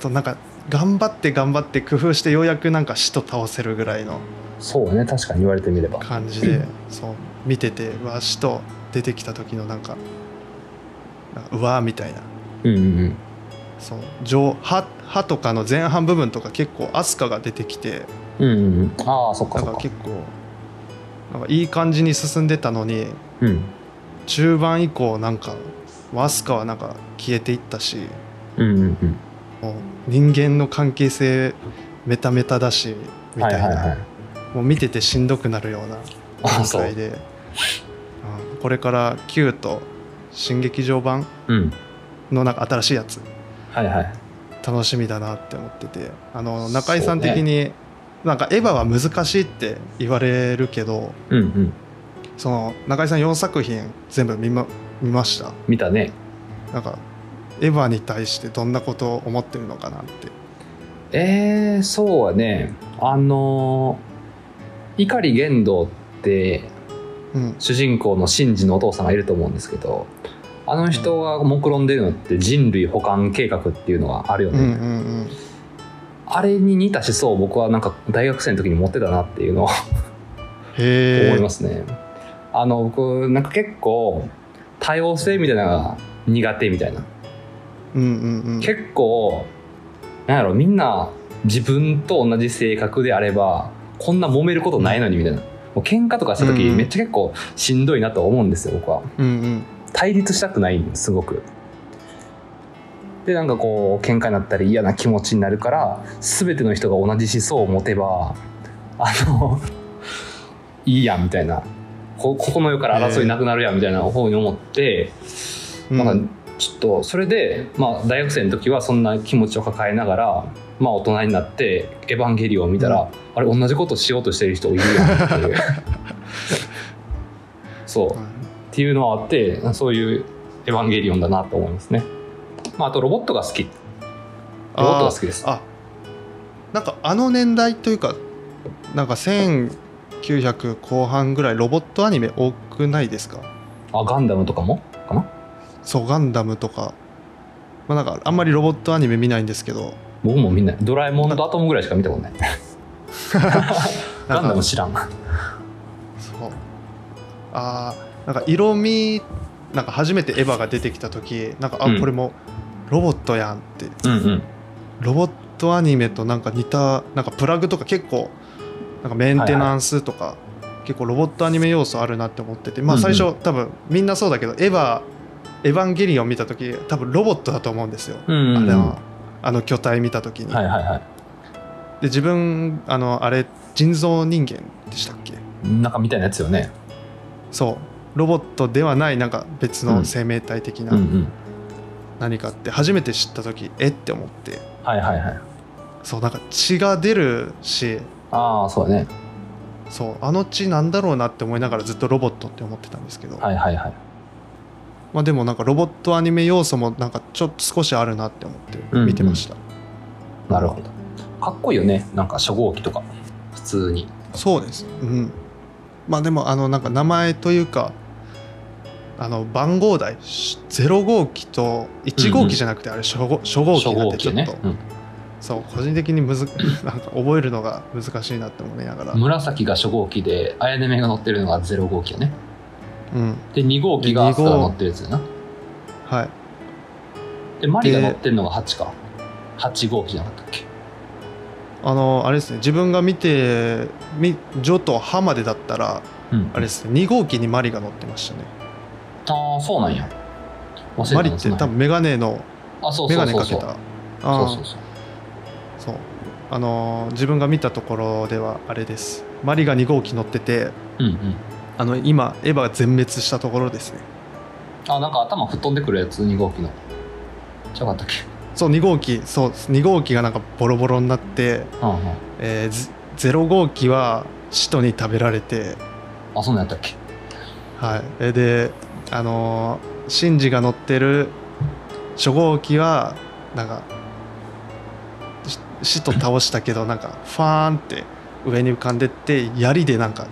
[SPEAKER 2] となんか頑張って頑張って工夫してようやくなんか死と倒せるぐらいの
[SPEAKER 1] あそうね確かに言われてみれば
[SPEAKER 2] 感じでそう見ててうわ死と出てきた時のなんかなんかうわーみたいな
[SPEAKER 1] うんうんうん
[SPEAKER 2] そう上歯歯とかの前半部分とか結構アスカが出てきて
[SPEAKER 1] うんうんうんああそっか
[SPEAKER 2] なん
[SPEAKER 1] そっか
[SPEAKER 2] か結構なんかいい感じに進んでたのに
[SPEAKER 1] うん
[SPEAKER 2] 中盤以降なんかアスカはなんか消えていったし
[SPEAKER 1] うんうんうん
[SPEAKER 2] もう人間の関係性メタメタだしみた
[SPEAKER 1] はいい
[SPEAKER 2] な、
[SPEAKER 1] はいはい
[SPEAKER 2] もう見ててしんどくなるような
[SPEAKER 1] あ
[SPEAKER 2] 段
[SPEAKER 1] そう
[SPEAKER 2] 階で、うんこれから「Q」と新劇場版
[SPEAKER 1] うん
[SPEAKER 2] のなんか新しいやつ
[SPEAKER 1] はいはい
[SPEAKER 2] 楽しみだなって思っててあの中井さん的に、なんかエヴァは難しいって言われるけど
[SPEAKER 1] うんうん
[SPEAKER 2] その中井さん4作品全部見ま見ました
[SPEAKER 1] 見たね
[SPEAKER 2] なんかエヴァに対してどんなことを思ってるのかなって
[SPEAKER 1] えー、そうはねあのー碇玄道って
[SPEAKER 2] うん
[SPEAKER 1] 主人公のシンジのお父さんがいると思うんですけどあの人が目論んでるのって人類保管計画っていうのがあるよ
[SPEAKER 2] う
[SPEAKER 1] ね、
[SPEAKER 2] んうん
[SPEAKER 1] あれに似た思想を僕はなんか大学生の時に持ってたなっていうのを
[SPEAKER 2] へえ
[SPEAKER 1] 思いますね。あの僕なんか結構多様性みたいなのが苦手みたいな、
[SPEAKER 2] うんうんうん
[SPEAKER 1] 結構なんやろみんな自分と同じ性格であればこんな揉めることないのにみたいなもう喧嘩とかした時、
[SPEAKER 2] うん
[SPEAKER 1] めっちゃ結構しんどいなと思うんですよ僕は
[SPEAKER 2] うんうん
[SPEAKER 1] 対立したくないんですすごくでなんかこう喧嘩になったり嫌な気持ちになるから全ての人が同じ思想を持てばあのいいやんみたいなこここの世から争いなくなるやんみたいな方に思って、
[SPEAKER 2] うん
[SPEAKER 1] なんかちょっとそれで、まあ、大学生の時はそんな気持ちを抱えながら、まあ、大人になって「エヴァンゲリオン」を見たら、あれ同じことしようとしてる人いるよなっていう そうっていうのはあってそういう「エヴァンゲリオン」だなと思いますね、まあ、あとロボットが好きロボットが好きです
[SPEAKER 2] あなんかあの年代というかなんか1900後半ぐらいロボットアニメ多くないですか
[SPEAKER 1] あガンダムとかもかな
[SPEAKER 2] そうガンダムとか、まあ、なんかあんまりロボットアニメ見ないんですけど
[SPEAKER 1] 僕もみんなドラえもんとアトムぐらいしか見たこと ない
[SPEAKER 2] な
[SPEAKER 1] ガ
[SPEAKER 2] ん
[SPEAKER 1] ンダ
[SPEAKER 2] か
[SPEAKER 1] ム知らん
[SPEAKER 2] そうあーなんか色味なんか初めてエヴァが出てきた時なんかあ、
[SPEAKER 1] うん
[SPEAKER 2] これもロボットやんって
[SPEAKER 1] うんうん
[SPEAKER 2] ロボットアニメとなんか似たなんかプラグとか結構なんかメンテナンスとか、結構ロボットアニメ要素あるなって思っててまあ
[SPEAKER 1] うんうん
[SPEAKER 2] 最初、多分みんなそうだけどエヴァエヴァンゲリオン見た時多分ロボットだと思うんですよ、
[SPEAKER 1] うん
[SPEAKER 2] あ
[SPEAKER 1] うん
[SPEAKER 2] れ
[SPEAKER 1] うん
[SPEAKER 2] は
[SPEAKER 1] は
[SPEAKER 2] あの巨体見た時に、
[SPEAKER 1] いはいはい
[SPEAKER 2] で自分あのあれ人造人間でしたっけ
[SPEAKER 1] なんかみたいなやつよね
[SPEAKER 2] そうロボットではないなんか別の生命体的
[SPEAKER 1] うんう
[SPEAKER 2] なん何かって初めて知った時、えって思って
[SPEAKER 1] はいはいはい
[SPEAKER 2] そうなんか血が出るし
[SPEAKER 1] ああそうだね
[SPEAKER 2] そうあの血なんだろうなって思いながらずっとロボットって思ってたんですけど、
[SPEAKER 1] はいはいはい
[SPEAKER 2] まあ、でもなんかロボットアニメ要素もなんかちょっと少しあるなって思って見てました、
[SPEAKER 1] なるほどかっこいいよねなんか初号機とか普通に
[SPEAKER 2] そうですうんまあでもあのなんか名前というかあの番号台0号機と1号機じゃなくてあれ初号初号
[SPEAKER 1] 初
[SPEAKER 2] 機なん
[SPEAKER 1] 号
[SPEAKER 2] でちょ
[SPEAKER 1] 機
[SPEAKER 2] っと、
[SPEAKER 1] ね、
[SPEAKER 2] そう個人的にむず なんか覚えるのが難しいなって思いながら、
[SPEAKER 1] うん、紫が初号機であやねめが乗ってるのが0号機よね
[SPEAKER 2] うん
[SPEAKER 1] で2号機がアスカが乗ってるやつやな
[SPEAKER 2] はい、
[SPEAKER 1] でマリが乗ってるのが8か8号機じゃなかったっけ
[SPEAKER 2] あのあれですね自分が見てみ「ジョ」と「ハ」までだったら
[SPEAKER 1] うん
[SPEAKER 2] あれですね2号機にマリが乗ってましたね
[SPEAKER 1] ああそうなんや忘れてた
[SPEAKER 2] マリって多分メガネの
[SPEAKER 1] あそう
[SPEAKER 2] メ
[SPEAKER 1] そ
[SPEAKER 2] ガ
[SPEAKER 1] う
[SPEAKER 2] ネ
[SPEAKER 1] そう
[SPEAKER 2] かけ
[SPEAKER 1] そう
[SPEAKER 2] た
[SPEAKER 1] そ
[SPEAKER 2] あ
[SPEAKER 1] うそう
[SPEAKER 2] ー
[SPEAKER 1] そう
[SPEAKER 2] そうあのー自分が見たところではあれですマリが2号機乗ってて
[SPEAKER 1] うんうん
[SPEAKER 2] あの今エヴァが全滅したところですね
[SPEAKER 1] あなんか頭吹っ飛んでくるやつ2号機のちゃうかったっけ
[SPEAKER 2] そう2号機そう2号機がなんかボロボロになって、
[SPEAKER 1] うんうん
[SPEAKER 2] えー、0号機は使徒に食べられて
[SPEAKER 1] あそうなんやったっけ
[SPEAKER 2] はい、えであのーシンジが乗ってる初号機はなんかし死と倒したけどなんかファーンって上に浮かんでって槍でなんか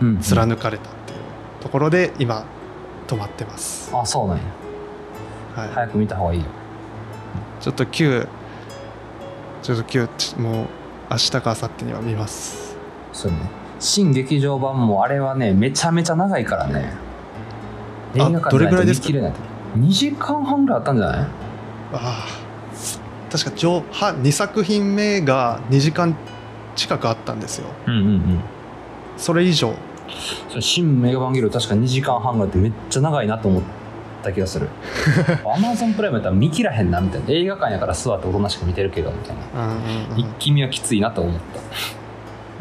[SPEAKER 1] うん、うん
[SPEAKER 2] 貫かれたっていうところで今止まってます、
[SPEAKER 1] あそうなんや
[SPEAKER 2] はい
[SPEAKER 1] 早く見た方がいいよ
[SPEAKER 2] ちょっと9ちょっと9ちもう明日か明後日には見ます
[SPEAKER 1] そうね新劇場版もあれはねめちゃめちゃ長いからね映画館
[SPEAKER 2] どれぐらい
[SPEAKER 1] じゃな
[SPEAKER 2] で
[SPEAKER 1] い
[SPEAKER 2] す
[SPEAKER 1] と見切
[SPEAKER 2] か
[SPEAKER 1] れない2時間半ぐらいあったんじゃない
[SPEAKER 2] ああ確か上は2作品目が2時間近くあったんですよ
[SPEAKER 1] うんうんうん
[SPEAKER 2] それ以上
[SPEAKER 1] それ新メガバンゲリオン確か2時間半ぐらいってめっちゃ長いなと思った気が するアマゾンプライムやったら見切らへんなみたいな映画館やから座って大人しか見てるけどみたいな、
[SPEAKER 2] うんうんうん
[SPEAKER 1] 一気見はきついなと思った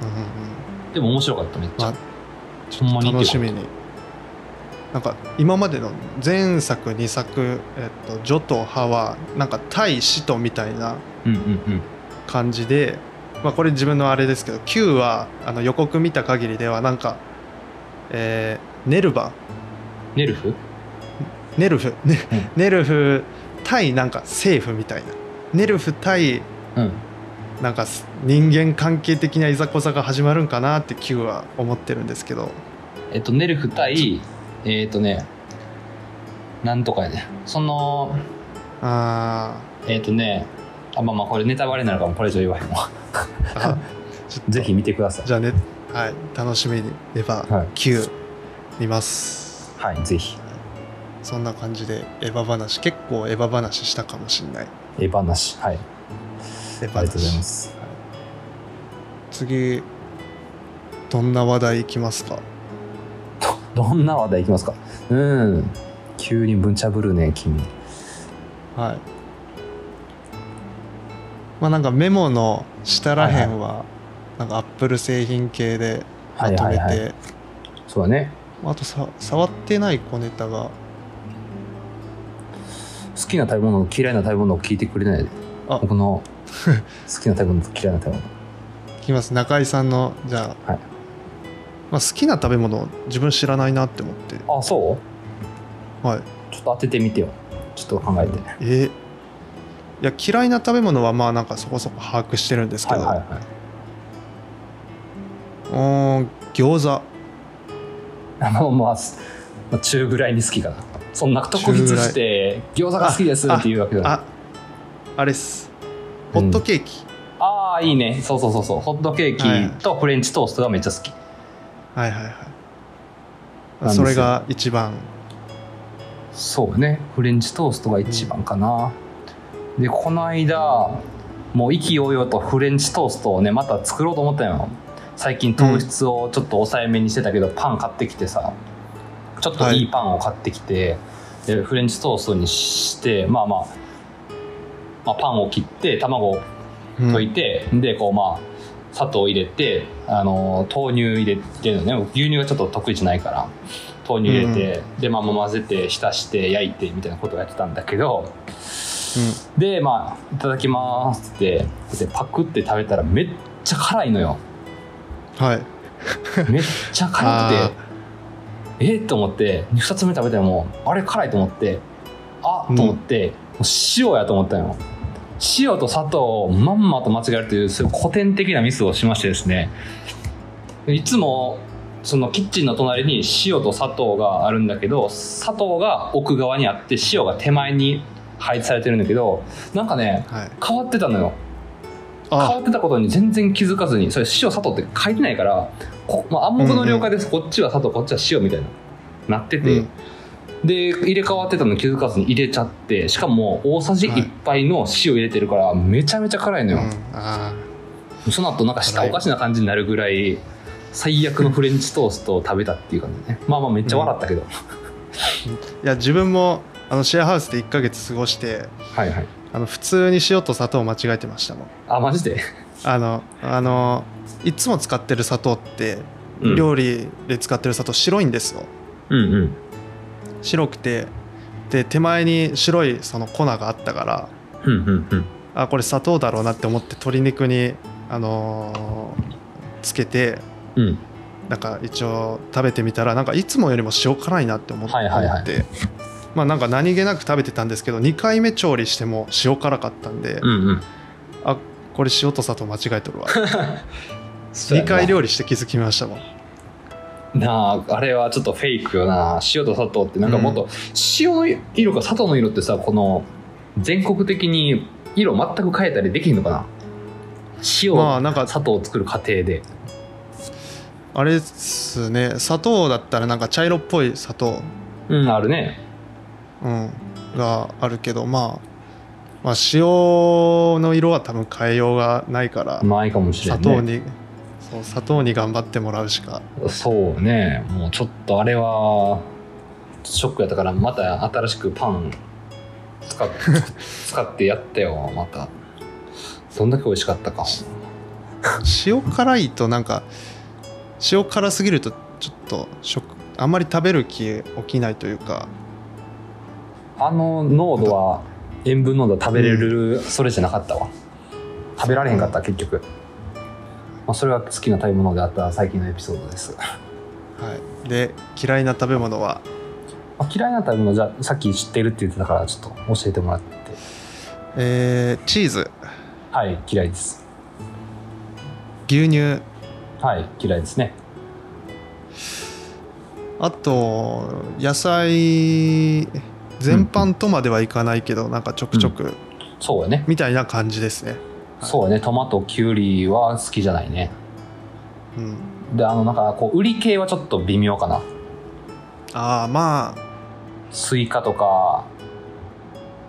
[SPEAKER 2] うんうんうん
[SPEAKER 1] でも面白かっためっちゃ、
[SPEAKER 2] まあ
[SPEAKER 1] ほんまに
[SPEAKER 2] 楽
[SPEAKER 1] 楽
[SPEAKER 2] し
[SPEAKER 1] し
[SPEAKER 2] みになんか今までの前作2作「えっと、ジョ」と「ハ」はなんか対使徒みたいな
[SPEAKER 1] うんうんうん
[SPEAKER 2] 感じで、まあ、これ自分のあれですけど9はあの予告見た限りではなんか、えーネルバ
[SPEAKER 1] ネルフ
[SPEAKER 2] ネルフ、ね
[SPEAKER 1] うん
[SPEAKER 2] ネルフ対なんか政府みたいなネルフ対
[SPEAKER 1] うん
[SPEAKER 2] なんか人間関係的ないざこざが始まるんかなって9は思ってるんですけど
[SPEAKER 1] えっと、ネルフ対、えっとね、なんとかやね。その、
[SPEAKER 2] あ
[SPEAKER 1] えっとね、あ、まあまあ、これネタバレになるからもうこれ以上言わへんわ。
[SPEAKER 2] ーあちょっ と
[SPEAKER 1] ぜひ見てください。
[SPEAKER 2] じゃあねはい楽しみにレバ
[SPEAKER 1] はい
[SPEAKER 2] ー9見ます、
[SPEAKER 1] はい、ぜひ。
[SPEAKER 2] そんな感じでエヴァ話結構エヴァ話したかもしんない
[SPEAKER 1] え、話。はい。
[SPEAKER 2] エヴァ
[SPEAKER 1] ありがとうござい
[SPEAKER 2] 話
[SPEAKER 1] ます。
[SPEAKER 2] 次どんな話題いきますか
[SPEAKER 1] どんな話題いきますかうん。急にぶんちゃぶるね、君。
[SPEAKER 2] はいまあなんかメモの下らへんはなんかアップル製品系で
[SPEAKER 1] は
[SPEAKER 2] ま
[SPEAKER 1] い
[SPEAKER 2] と
[SPEAKER 1] は
[SPEAKER 2] め
[SPEAKER 1] いはい。
[SPEAKER 2] て
[SPEAKER 1] そうだね。
[SPEAKER 2] あとさ触ってない小ネタが
[SPEAKER 1] 好きな食べ物、嫌いな食べ物を聞いてくれないで。
[SPEAKER 2] あ
[SPEAKER 1] 僕 の好きな食べ物と嫌いな食べ物。
[SPEAKER 2] いきます中井さんのじゃあ、
[SPEAKER 1] はい
[SPEAKER 2] まあ、好きな食べ物自分知らないなって思って
[SPEAKER 1] あ、そう
[SPEAKER 2] はい
[SPEAKER 1] ちょっと当ててみてよ。ちょっと考えて。は
[SPEAKER 2] えいや嫌いな食べ物はまあなんかそこそこ把握してるんですけ
[SPEAKER 1] い
[SPEAKER 2] ど、
[SPEAKER 1] はいはい。
[SPEAKER 2] うーん餃子
[SPEAKER 1] あのまあ、すまあ中ぐらいに好きかな。そんな特筆して餃子が好きですっていうわけじゃない。
[SPEAKER 2] ああれっすホットケーキ、
[SPEAKER 1] ああー、いいね。そうそうそうそう。ホットケー
[SPEAKER 2] はい
[SPEAKER 1] キとフレンチトーストがめっちゃ好き。
[SPEAKER 2] はいはい
[SPEAKER 1] なん
[SPEAKER 2] は
[SPEAKER 1] で
[SPEAKER 2] い
[SPEAKER 1] すよ
[SPEAKER 2] それが一番
[SPEAKER 1] そうね。フレンチトーストが一番かな。で、この間、もう意気揚々とフレンチトーストをね、また作ろうと思ったよ。最近糖質をちょっと抑えめにしてたけど、パン買ってきてさ、ちょっといいパンを買ってきて、でフレンチトーストにして、まあまあ、まあ、パンを切って、卵を
[SPEAKER 2] うん
[SPEAKER 1] 溶いて、でこうまあ砂糖入れてあの豆乳入れてるのね牛乳がちょっと得意じゃないから豆乳入れて、でまあ混ぜて浸して焼いてみたいなことをやってたんだけどでまあいただきますってでパクって食べたらめっちゃ辛いのよ
[SPEAKER 2] うん、はい
[SPEAKER 1] めっちゃ辛
[SPEAKER 2] あ
[SPEAKER 1] くてえっと思って2つ目食べてもあれ辛いと思ってあっと思って、もう塩やと思ったの塩と砂糖をまんまと間違えるというそういう古典的なミスをしましてですねいつもそのキッチンの隣に塩と砂糖があるんだけど砂糖が奥側にあって塩が手前に配置されてるんだけどなんかね
[SPEAKER 2] はい
[SPEAKER 1] 変わってたのよ変わ
[SPEAKER 2] あ
[SPEAKER 1] ってたことに全然気づかずにそれ塩砂糖って書いてないからこ、まあ、暗黙の了解です、こっちは砂糖こっちは塩みたいななってて、
[SPEAKER 2] うん
[SPEAKER 1] で入れ替わってたの気づかずに入れちゃってしかも大さじ1杯の塩入れてるからめちゃめちゃ辛いの
[SPEAKER 2] う
[SPEAKER 1] よ、
[SPEAKER 2] んあ
[SPEAKER 1] その後なんか舌
[SPEAKER 2] 辛い
[SPEAKER 1] おかしな感じになるぐらい最悪のフレンチトーストを食べたっていう感じねまあまあめっちゃ笑ったけど、
[SPEAKER 2] ーいや自分もあのシェアハウスで1ヶ月過ごして
[SPEAKER 1] はいはい
[SPEAKER 2] あの普通に塩と砂糖を間違えてましたもん
[SPEAKER 1] あマジで、
[SPEAKER 2] あのあのいつも使ってる砂糖って
[SPEAKER 1] うん、
[SPEAKER 2] 料理で使ってる砂糖白いんですよ
[SPEAKER 1] うんうん
[SPEAKER 2] 白くてで手前に白いその粉があったから
[SPEAKER 1] うんうんうん
[SPEAKER 2] あこれ砂糖だろうなって思って鶏肉にあのーつけて
[SPEAKER 1] うん
[SPEAKER 2] なんか一応食べてみたらなんかいつもよりも塩辛いなって思って、
[SPEAKER 1] はいはいはい
[SPEAKER 2] 思ってまあなんか何気なく食べてたんですけど2回目調理しても塩辛かったんで、
[SPEAKER 1] うんうん
[SPEAKER 2] あこれ塩と砂糖間違えと るわ
[SPEAKER 1] そうや
[SPEAKER 2] 2
[SPEAKER 1] な
[SPEAKER 2] 回料理して気づきましたもん
[SPEAKER 1] なああれはちょっとフェイクよな塩と砂糖ってなんかもっと、塩の色か砂糖の色ってさこの全国的に色全く変えたりできひんのかな塩、
[SPEAKER 2] まあなんか
[SPEAKER 1] 砂糖を作る過程で
[SPEAKER 2] あれっすね砂糖だったらなんか茶色っぽい砂糖、
[SPEAKER 1] うんあるね
[SPEAKER 2] うん、があるけど、まあ、まあ塩の色は多分変えようがないから、
[SPEAKER 1] まあいいかもしれ
[SPEAKER 2] 砂
[SPEAKER 1] ん
[SPEAKER 2] 糖
[SPEAKER 1] ね
[SPEAKER 2] に、そう砂糖に頑張ってもらうしか
[SPEAKER 1] そうねもうちょっとあれはショックやったからまた新しくパン使っ 使ってやったよまたどんだけ美味しかったか
[SPEAKER 2] 塩辛いとなんか塩辛すぎるとちょっと食あんまり食べる気起きないというか
[SPEAKER 1] あの濃度は塩分濃度は食べれるそれじゃなかったわ食べられへんかった結局、まあ、それが好きな食べ物であった最近のエピソードです、ま
[SPEAKER 2] はいで嫌いな食べ物は
[SPEAKER 1] あ、嫌いな食べ物じゃあさっき知ってるって言ってたからちょっと教えてもらって
[SPEAKER 2] えーチーズ
[SPEAKER 1] はい嫌いです
[SPEAKER 2] 牛乳
[SPEAKER 1] はい嫌いですね
[SPEAKER 2] あと野菜全般とまではいかないけど、なんかちょくちょく
[SPEAKER 1] そうやね
[SPEAKER 2] みたいな感じですね、
[SPEAKER 1] そうやねトマトキュウリは好きじゃないね
[SPEAKER 2] うん、
[SPEAKER 1] であのなんかこう売り系はちょっと微妙かな
[SPEAKER 2] ああま
[SPEAKER 1] スイカとか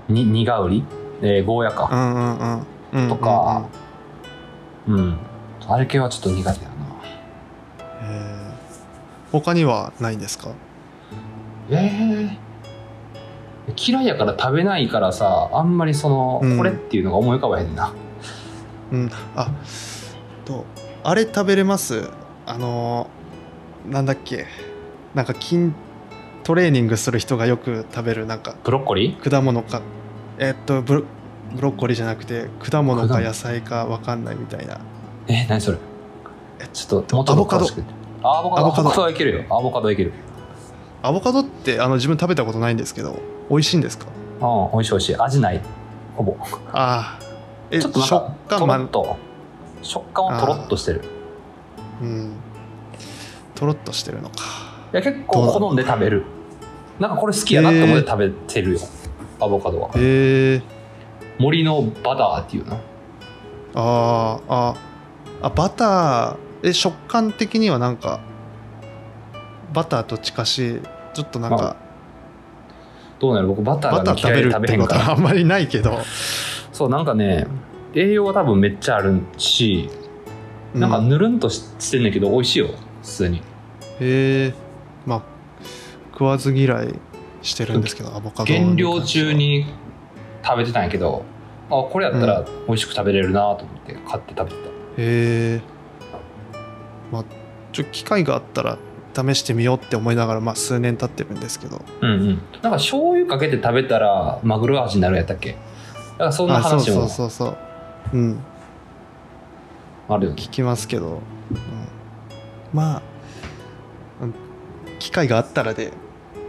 [SPEAKER 1] に苦売り、えーゴーヤか
[SPEAKER 2] あうんうんうんうん
[SPEAKER 1] とかうんあれ系はちょっと苦手だな
[SPEAKER 2] うんうんえー他にはないんですか
[SPEAKER 1] ええ嫌いやから食べないからさあんまりその、
[SPEAKER 2] うん
[SPEAKER 1] これっていうのが思い浮かばへんねんな
[SPEAKER 2] うん、あとあれ食べれますあのーなんだっけなんか筋トレーニングする人がよく食べるなんか
[SPEAKER 1] ブロッコリ
[SPEAKER 2] 果物かえっとブロブロッコリーじゃなくて果物
[SPEAKER 1] 果
[SPEAKER 2] か
[SPEAKER 1] 物
[SPEAKER 2] 野菜かわかんないみたいな
[SPEAKER 1] ーえ何それ
[SPEAKER 2] え
[SPEAKER 1] ちょっともっと詳しくあアボカドア
[SPEAKER 2] アボカド
[SPEAKER 1] ボカドはいけるよアボカドはいける
[SPEAKER 2] アボカドってあの自分食べたことないんですけど美味しいんですか
[SPEAKER 1] うん美味しい美味しい味ないほぼ
[SPEAKER 2] ああえ
[SPEAKER 1] ちょっとなんか
[SPEAKER 2] 食
[SPEAKER 1] と
[SPEAKER 2] 感
[SPEAKER 1] ろ
[SPEAKER 2] ま
[SPEAKER 1] っと食感はとろっとしてる
[SPEAKER 2] うんとろっとしてるのか
[SPEAKER 1] いや結構好んで食べるなんかこれ好きやなって思って食べてるよ、アボカドは
[SPEAKER 2] へえ
[SPEAKER 1] 森のバターっていうな
[SPEAKER 2] あーああバターえ食感的にはなんかバターと近しいちょっとなんか
[SPEAKER 1] どうなる僕バター
[SPEAKER 2] バ
[SPEAKER 1] が
[SPEAKER 2] ター
[SPEAKER 1] ね
[SPEAKER 2] 食
[SPEAKER 1] 嫌
[SPEAKER 2] べ
[SPEAKER 1] い
[SPEAKER 2] る
[SPEAKER 1] で食
[SPEAKER 2] っ
[SPEAKER 1] べへ
[SPEAKER 2] て
[SPEAKER 1] ん
[SPEAKER 2] こと
[SPEAKER 1] から
[SPEAKER 2] はあんまりないけど、
[SPEAKER 1] そうなんかね栄養は多分めっちゃあるし
[SPEAKER 2] う
[SPEAKER 1] なんか
[SPEAKER 2] へ
[SPEAKER 1] ぬるんとししてんねんけど美味しいよ普通に
[SPEAKER 2] えまあ食わず嫌いしてるんですけどアボカドに
[SPEAKER 1] 減量中に食べてたんやけどあこれやったら美味しく食べれるなと思って買って食べて
[SPEAKER 2] へえまあちょ機会があったら試してみようって思いながら、まあ、数年経ってるんですけど
[SPEAKER 1] たうんうんなんか醤油かけて食べたらマグロ味になるやったっけだからそんな
[SPEAKER 2] あそう
[SPEAKER 1] 話
[SPEAKER 2] そう
[SPEAKER 1] も
[SPEAKER 2] そうそううん
[SPEAKER 1] あるよね
[SPEAKER 2] 聞きますけど、うんまあ、うん機会があったらで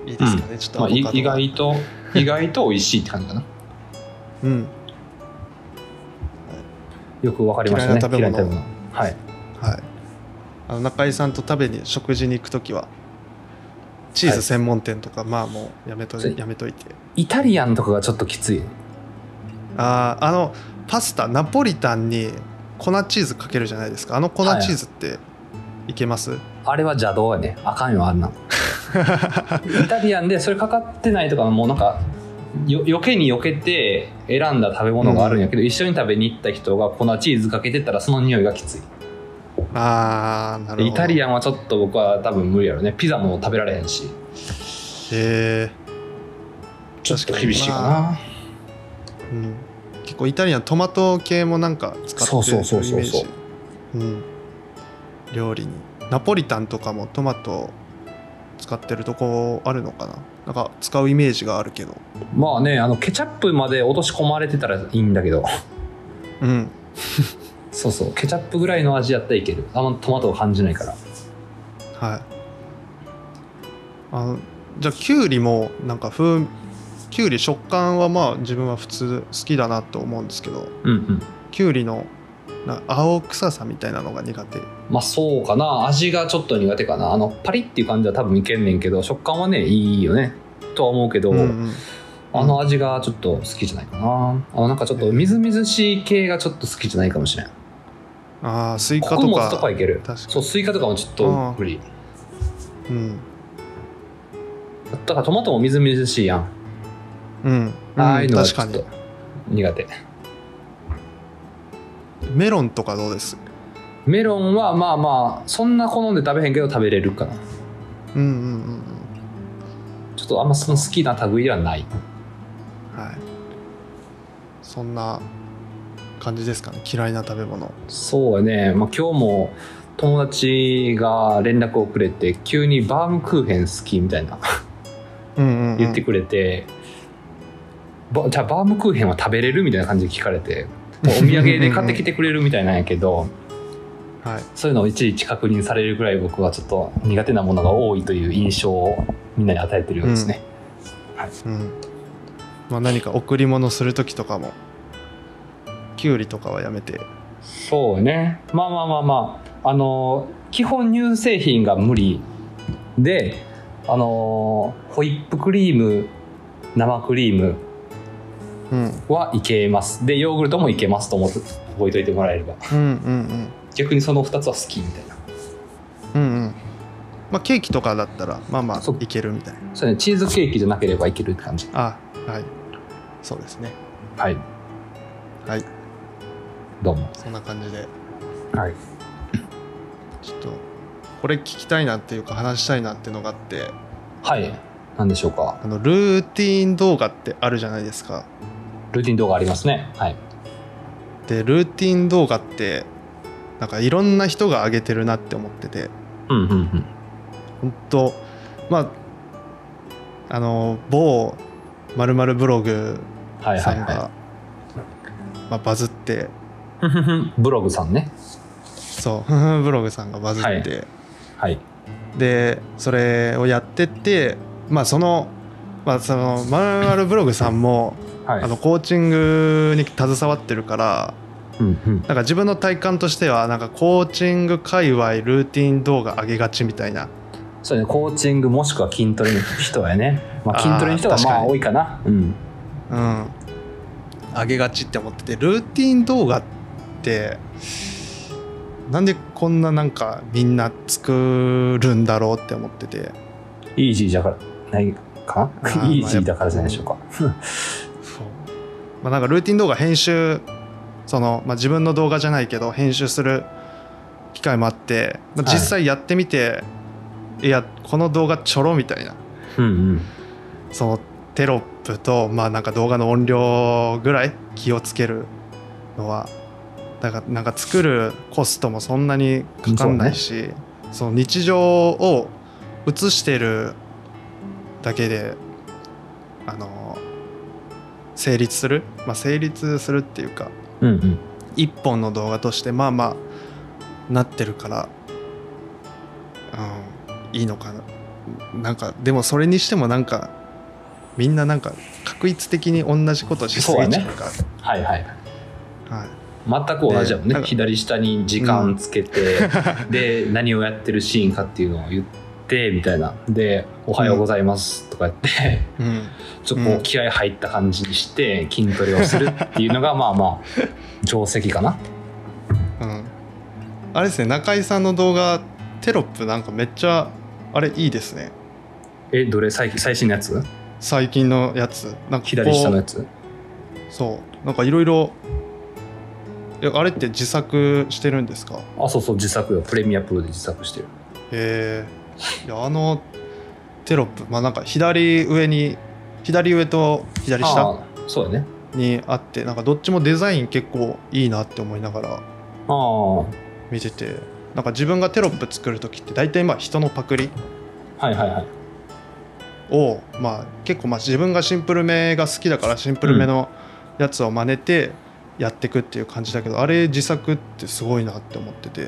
[SPEAKER 2] いいですかね、ちょっと
[SPEAKER 1] まあ、い
[SPEAKER 2] アボカド
[SPEAKER 1] 意
[SPEAKER 2] は
[SPEAKER 1] 外 と意外と美味しいって感じかな
[SPEAKER 2] うん
[SPEAKER 1] よくわかりましたね
[SPEAKER 2] 嫌いな食べ物
[SPEAKER 1] いなはい
[SPEAKER 2] はいあの中井さんと食べに食事に行く時はチーズ専門店とか、まあもうやめと
[SPEAKER 1] つい
[SPEAKER 2] やめといて
[SPEAKER 1] イタリアンとかがちょっときつい
[SPEAKER 2] あーあのパスタナポリタンに粉チーズかけるじゃないですかあの粉
[SPEAKER 1] はい
[SPEAKER 2] チーズっていけます、
[SPEAKER 1] あれは邪道やねあかんよあ んなんイタリアンでそれかかってないとかもうなんかよよけによけて選んだ食べ物があるんやけど、一緒に食べに行った人が粉チーズかけてたらその匂いがきつい
[SPEAKER 2] ああなるほ
[SPEAKER 1] イ
[SPEAKER 2] ど
[SPEAKER 1] タ
[SPEAKER 2] ア
[SPEAKER 1] リアンはちょっと僕は多分無理やろねピザも食べられへんし
[SPEAKER 2] へえ
[SPEAKER 1] ちょっと
[SPEAKER 2] 確かに
[SPEAKER 1] 厳しいかな
[SPEAKER 2] うん、結構イタリアントマト系もなんか使
[SPEAKER 1] そう
[SPEAKER 2] って
[SPEAKER 1] そ
[SPEAKER 2] るイメ
[SPEAKER 1] うそうそうそう
[SPEAKER 2] ージうん料理にナポリタンとかもトマト使ってるとこあるのかななんか使うイメージがあるけど
[SPEAKER 1] まあねあのケチャップまで落とし込まれてたらいいんだけど
[SPEAKER 2] うん
[SPEAKER 1] そうそうケチャップぐらいの味やったらいけるあんまトマトを感じないから
[SPEAKER 2] はいあのじゃあきゅうりもなんか風きゅうり食感はまあ自分は普通好きだなと思うんですけど
[SPEAKER 1] うんうん
[SPEAKER 2] きゅうりのな青臭さみたいなのが苦手
[SPEAKER 1] まあそうかな味がちょっと苦手かなあのパリッっていう感じは多分いけんねんけど食感はねいいよねとは思うけど、
[SPEAKER 2] うんうん
[SPEAKER 1] あの味がちょっと好きじゃないかなあのなんかちょっとみずみずしい系がちょっと好きじゃないかもしれん
[SPEAKER 2] ああスイカ
[SPEAKER 1] 穀
[SPEAKER 2] と
[SPEAKER 1] 物
[SPEAKER 2] か
[SPEAKER 1] とかいける
[SPEAKER 2] 確か
[SPEAKER 1] そうスイカとかもちょっと無理
[SPEAKER 2] にうん
[SPEAKER 1] だからトマトもみずみずしいやん、
[SPEAKER 2] うん、
[SPEAKER 1] ああいうのは
[SPEAKER 2] 確
[SPEAKER 1] ちょ
[SPEAKER 2] か
[SPEAKER 1] っ
[SPEAKER 2] に
[SPEAKER 1] と苦手
[SPEAKER 2] メロンとかどうです
[SPEAKER 1] メロンはまあまあそんな好んで食べへんけど食べれるかな
[SPEAKER 2] うんうんうん
[SPEAKER 1] ちょっとあんまその好きな類ではない
[SPEAKER 2] うんはいそんな感じですかね嫌いな食べ物
[SPEAKER 1] そうやね、まあ、今日も友達が連絡をくれて急にバームクーヘン好きみたいな
[SPEAKER 2] うんうん、うん、
[SPEAKER 1] 言ってくれて、ばじゃあバームクーヘンは食べれるみたいな感じで聞かれてお土産で買ってきてくれるみたいなんやけど
[SPEAKER 2] はい
[SPEAKER 1] そういうのをいちいち確認されるぐらい僕はちょっと苦手なものが多いという印象をみんなに与えてるようですね、
[SPEAKER 2] うんまあ何か贈り物する時とかもきゅうりとかはやめて
[SPEAKER 1] そうねまあまあまあまああの基本乳製品が無理であのーホイップクリーム生クリーム
[SPEAKER 2] うん
[SPEAKER 1] はいけますでヨーグルトもいけますと思って覚えといてもらえれば
[SPEAKER 2] うんうん
[SPEAKER 1] 逆にその2つは好きみたいな
[SPEAKER 2] うんうんうんまあケーキとかだったらまあまあ
[SPEAKER 1] そう
[SPEAKER 2] いけるみたいな
[SPEAKER 1] そう、ね、チーズケーキじゃなければいけるって感じ
[SPEAKER 2] あはいそうですね
[SPEAKER 1] はい
[SPEAKER 2] はい
[SPEAKER 1] どうも
[SPEAKER 2] そんな感じで
[SPEAKER 1] はい
[SPEAKER 2] ちょっとこれ聞きたいなっていうか話したいなっていうのがあって
[SPEAKER 1] はい何でしょうか
[SPEAKER 2] あのルーティン動画ってあるじゃないですか
[SPEAKER 1] ルーティン動画ありますねはい
[SPEAKER 2] でルーティン動画ってなんかいろんな人が上げてるなって思ってて
[SPEAKER 1] うんうんうん
[SPEAKER 2] 本当まああの某まるブログ
[SPEAKER 1] はい
[SPEAKER 2] さ
[SPEAKER 1] はい
[SPEAKER 2] ん
[SPEAKER 1] はい
[SPEAKER 2] がまあバズって
[SPEAKER 1] ふふふブログさんね
[SPEAKER 2] そうふふんブログさんがバズって、
[SPEAKER 1] はいはい
[SPEAKER 2] でそれをやってってまあそのまあそのまるまるブログさんも
[SPEAKER 1] はい
[SPEAKER 2] あのコーチングに携わってるから
[SPEAKER 1] うんうん
[SPEAKER 2] なんか自分の体感としてはなんかコーチング界隈ルーティン動画上げがちみたいな
[SPEAKER 1] そうねコーチングもしくは筋トレの人や ね、まあ、
[SPEAKER 2] あー
[SPEAKER 1] 筋トレの人が
[SPEAKER 2] 確かに
[SPEAKER 1] まあ多いかなうん
[SPEAKER 2] うん上げがちって思っててルーティン動画ってなんでこんななんかみんな作るんだろうって思ってて
[SPEAKER 1] イージーだからないか
[SPEAKER 2] あー
[SPEAKER 1] イージーだからじゃないでしょうか
[SPEAKER 2] そう、まあ、なんかルーティン動画編集その、まあ、自分の動画じゃないけど編集する機会もあって、まあ
[SPEAKER 1] はい
[SPEAKER 2] 実際やってみて、いやこの動画ちょろみたいな
[SPEAKER 1] うんうん
[SPEAKER 2] そのテロップとまあなんか動画の音量ぐらい気をつけるのはだからなんか作るコストもそんなにかかんないしそ、の日常を映してるだけであの成立する、まあ、成立するっていうか
[SPEAKER 1] うんうん
[SPEAKER 2] 一本の動画としてまあまあなってるから、うん、いいのかななんかでもそれにしてもなんかみんななんか確率的に同じことしすぎちゃうから
[SPEAKER 1] はいはい
[SPEAKER 2] はい
[SPEAKER 1] 全く同じだもんね
[SPEAKER 2] ね
[SPEAKER 1] 左下に時間つけて、で何をやってるシーンかっていうのを言ってみたいなで「おはようございます」とかやって、
[SPEAKER 2] うん
[SPEAKER 1] ちょっとこ
[SPEAKER 2] う
[SPEAKER 1] うん気合入った感じにして筋トレをするっていうのがまあまあ定石かな
[SPEAKER 2] うん、あれですね中井さんの動画テロップなんかめっちゃあれいいですね
[SPEAKER 1] えどれ最近最新のやつ
[SPEAKER 2] 最近のやつなんかここ
[SPEAKER 1] 左下のやつ
[SPEAKER 2] そうなんかいろいろえあれって自作してるんですか
[SPEAKER 1] あそうそう自作よプレミアプロで自作してる
[SPEAKER 2] へえいやあのテロップまあなんか左上に左上と左下
[SPEAKER 1] あーそうだね
[SPEAKER 2] にあってなんかどっちもデザイン結構いいなって思いながら
[SPEAKER 1] ああは
[SPEAKER 2] 見ててなんか自分がテロップ作る時って大体まあ人のパクリ
[SPEAKER 1] いはいはい
[SPEAKER 2] をまあ結構まあ自分がシンプルめが好きだからシンプルめのやつを真似てやってくっていう感じだけどあれ自作ってすごいなって思ってて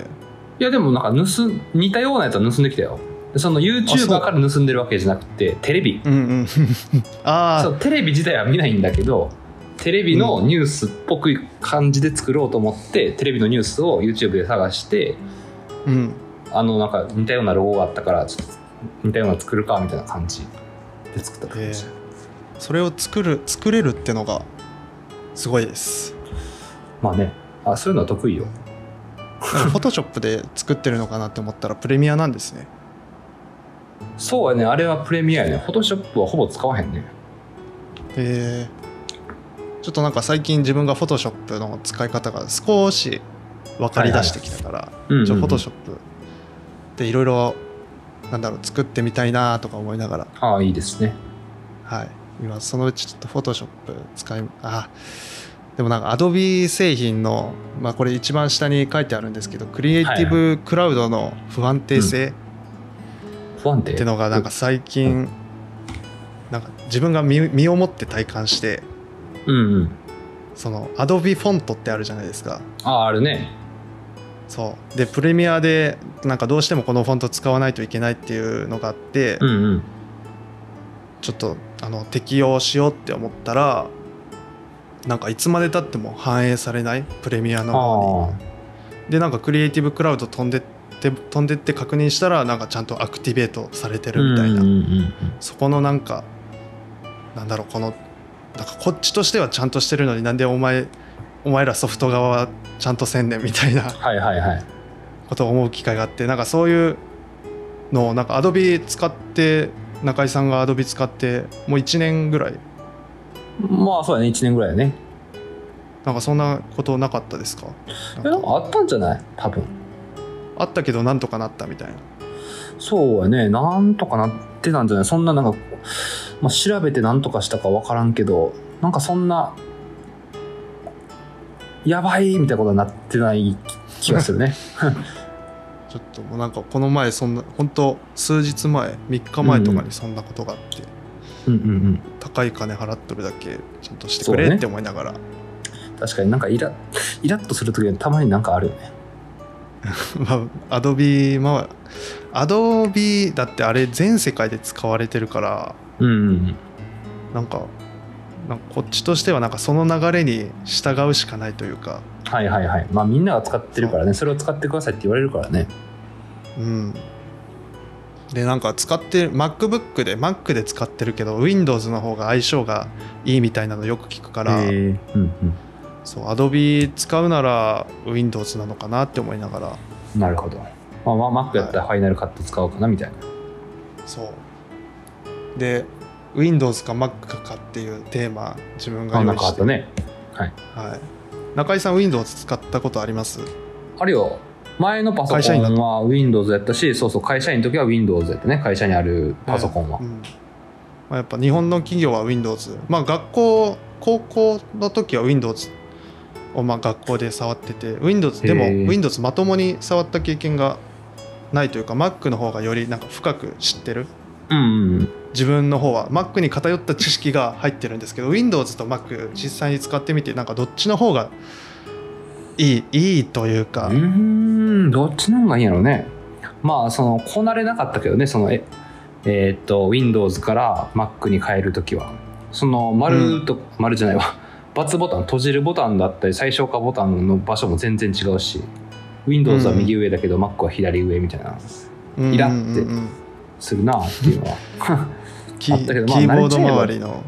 [SPEAKER 1] いやでもなんか盗ん似たようなやつは盗んできたよでその YouTuber から盗んでるわけじゃなくてテレビ
[SPEAKER 2] うんうん あ
[SPEAKER 1] そう
[SPEAKER 2] ー
[SPEAKER 1] テレビ自体は見ないんだけどテレビのニュースっぽく感じで作ろうと思って、テレビのニュースを YouTube で探して
[SPEAKER 2] うん
[SPEAKER 1] あのなんか似たようなロゴがあったからちょっと似たようなの作るかみたいな感じで作ったって感じ、
[SPEAKER 2] えそれを作る作れるってのがすごいです
[SPEAKER 1] まあねあそういうのは得意よ
[SPEAKER 2] フォトショップで作ってるのかなって思ったらプレミアなんですね
[SPEAKER 1] そうやねあれはプレミアやねフォトショップはほぼ使わへんね
[SPEAKER 2] えーちょっとなんか最近自分がフォトショップの使い方が少し分かりだしてきたから、
[SPEAKER 1] うん
[SPEAKER 2] ちょフォト
[SPEAKER 1] ョッ
[SPEAKER 2] ショップでいろいろなんだろう作ってみたいなとか思いながら
[SPEAKER 1] プああいいですね
[SPEAKER 2] はい今そのうちちょっとフォトショップ使いあでもなんかアドビ製品の、まあ、これ一番下に書いてあるんですけどクリエイティブクラウドの不安定性、
[SPEAKER 1] 不安定
[SPEAKER 2] ってのがなんか最近なんか自分が身身をもって体感して
[SPEAKER 1] うんうん
[SPEAKER 2] そのアドビフォントってあるじゃないですか
[SPEAKER 1] あああるね
[SPEAKER 2] そうでプレミアでなんかどうしてもこのフォント使わないといけないっていうのがあって、
[SPEAKER 1] うんうん
[SPEAKER 2] ちょっとあの適用しようって思ったらなんかいつまでたっても反映されないプレミアの方に
[SPEAKER 1] あ
[SPEAKER 2] でなんかクリエイティブクラウド飛んでで飛んでって確認したらなんかちゃんとアクティベートされてるみたいな、
[SPEAKER 1] うんうんうん
[SPEAKER 2] そこのなんかなんだろうこのなんかこっちとしてはちゃんとしてるのになんでお前お前らソフト側はちゃんとせんねんみたいな
[SPEAKER 1] はいはいはい
[SPEAKER 2] ことを思う機会があってなんかそういうのをなんか Adobe 使って中井さんが Adobe 使ってもう1年ぐらい
[SPEAKER 1] まあそうやね1年ぐらいやね
[SPEAKER 2] なんかそんなことなかったですか
[SPEAKER 1] え
[SPEAKER 2] な
[SPEAKER 1] なんん
[SPEAKER 2] か
[SPEAKER 1] かあったんじゃない多分
[SPEAKER 2] あったけどなんとかなったみたいな
[SPEAKER 1] そうやねなんとかなってたんじゃないそんななんか、まあ、調べてなんとかしたか分からんけどなんかそんなやばいみたいなことになってない気がす るね
[SPEAKER 2] ちょっともうなんかこの前そんな本当数日前3日前とかにそんなことがあって、
[SPEAKER 1] うんうんうん
[SPEAKER 2] 高い金払っとるだけちゃんとして
[SPEAKER 1] そ
[SPEAKER 2] く
[SPEAKER 1] う
[SPEAKER 2] れ
[SPEAKER 1] ね
[SPEAKER 2] って思いながら、
[SPEAKER 1] 確かになんかイライラッとするときはたまになんかあるよね
[SPEAKER 2] まあアドビまあアドビだってあれ全世界で使われてるから
[SPEAKER 1] うんうん
[SPEAKER 2] なんかなんかこっちとしてはなんかその流れに従うしかないというか
[SPEAKER 1] はいはいはいまあみんなが使ってるからねそれを使ってくださいって言われるからね
[SPEAKER 2] うんでなんか使ってる MacBook で Mac で使ってるけど Windows の方が相性がいいみたいなのよく聞くから、
[SPEAKER 1] えーうん
[SPEAKER 2] そう Adobe 使うなら Windows なのかなって思いながら
[SPEAKER 1] うんなるほどまあまあ Mac やったらファイナルカット使おうかなみたいな
[SPEAKER 2] そうで Windows か Mac かっていうテーマ自分が
[SPEAKER 1] あ
[SPEAKER 2] 用
[SPEAKER 1] なん
[SPEAKER 2] 意
[SPEAKER 1] かあ
[SPEAKER 2] し、
[SPEAKER 1] ってたね
[SPEAKER 2] はい、中井さん Windows 使ったことあります
[SPEAKER 1] あるよ前のパソ
[SPEAKER 2] 会社員だ
[SPEAKER 1] コンは Windows やったしそうそう会社員の時は Windows やったね会社にあるパソコンは、
[SPEAKER 2] うんまあ、やっぱ日本の企業は Windows まあ学校高校の時は Windows をまあ学校で触ってて Windows でも
[SPEAKER 1] へえ
[SPEAKER 2] Windows まともに触った経験がないというか Mac の方がよりなんか深く知ってる
[SPEAKER 1] うんうん
[SPEAKER 2] 自分の方は Mac に偏った知識が入ってるんですけど Windows と Mac 実際に使ってみてなんかどっちの方がいいいいというか、
[SPEAKER 1] うーんどっちの方がいいんやろうねまあそのこなれなかったけどねそのええーっと Windows から Mac に変える時はその丸と、丸じゃないわバツボタン閉じるボタンだったり最小化ボタンの場所も全然違うし Windows は右上だけど、Mac は左上みたいな
[SPEAKER 2] うん
[SPEAKER 1] イラって
[SPEAKER 2] うんうん
[SPEAKER 1] するなっていうのは
[SPEAKER 2] キ
[SPEAKER 1] あったけ
[SPEAKER 2] ー
[SPEAKER 1] ど
[SPEAKER 2] キ
[SPEAKER 1] まあ
[SPEAKER 2] ーボード周りの、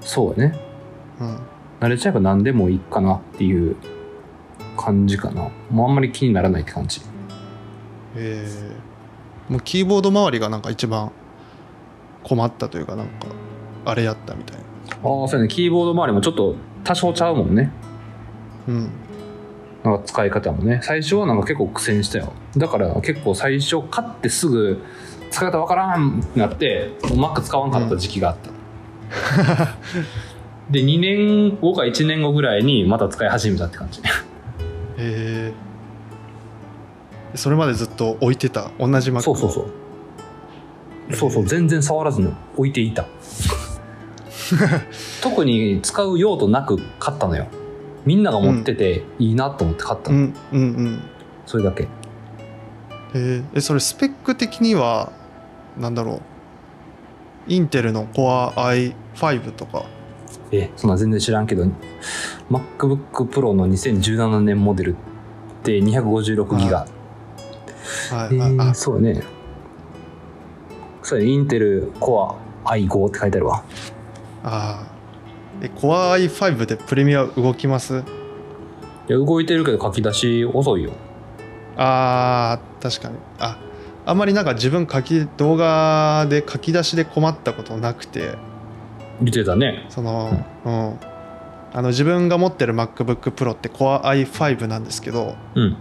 [SPEAKER 1] そうやね
[SPEAKER 2] うん、
[SPEAKER 1] 慣れちゃえば何でもいいかなっていう感じかなもうあんまり気にならないって感じ
[SPEAKER 2] えーもうキーボード周りがなんか一番困ったというかなんかあれやったみたいな、
[SPEAKER 1] ああそうやねキーボード周りもちょっと多少ちゃうもんね
[SPEAKER 2] うん、
[SPEAKER 1] なんか使い方もね最初はなんか結構苦戦したよだから結構最初買ってすぐ使い方わからんってなってもう Mac 使わんかった時期があった、で2年後か1年後ぐらいにまた使い始めたって感じ
[SPEAKER 2] えーそれまでずっと置いてた同じ Mac
[SPEAKER 1] そうそうそうそうそう全然触らずに置いて いた特に使う用途なく買ったのよみんなが持ってていいなと思って買った
[SPEAKER 2] う
[SPEAKER 1] の、
[SPEAKER 2] んうんうん
[SPEAKER 1] それだけ
[SPEAKER 2] えーえそれスペック的にはなんだろうインテルの Core i5 とか
[SPEAKER 1] えそんな全然知らんけど MacBookPro の2017年モデルって256ギガ
[SPEAKER 2] はい
[SPEAKER 1] え
[SPEAKER 2] はい
[SPEAKER 1] ー
[SPEAKER 2] あ
[SPEAKER 1] そうやねそうやねインテル Core i5 って書いてあるわ
[SPEAKER 2] あーえ Core i5 でプレミア動きます
[SPEAKER 1] いや動いてるけど書き出し遅いよ
[SPEAKER 2] あー確かにああんまりなんか自分書き動画で書き出しで困ったことなくて
[SPEAKER 1] 見てたね
[SPEAKER 2] その、うんあの自分が持ってる MacBookPro って Core i5 なんですけど
[SPEAKER 1] うん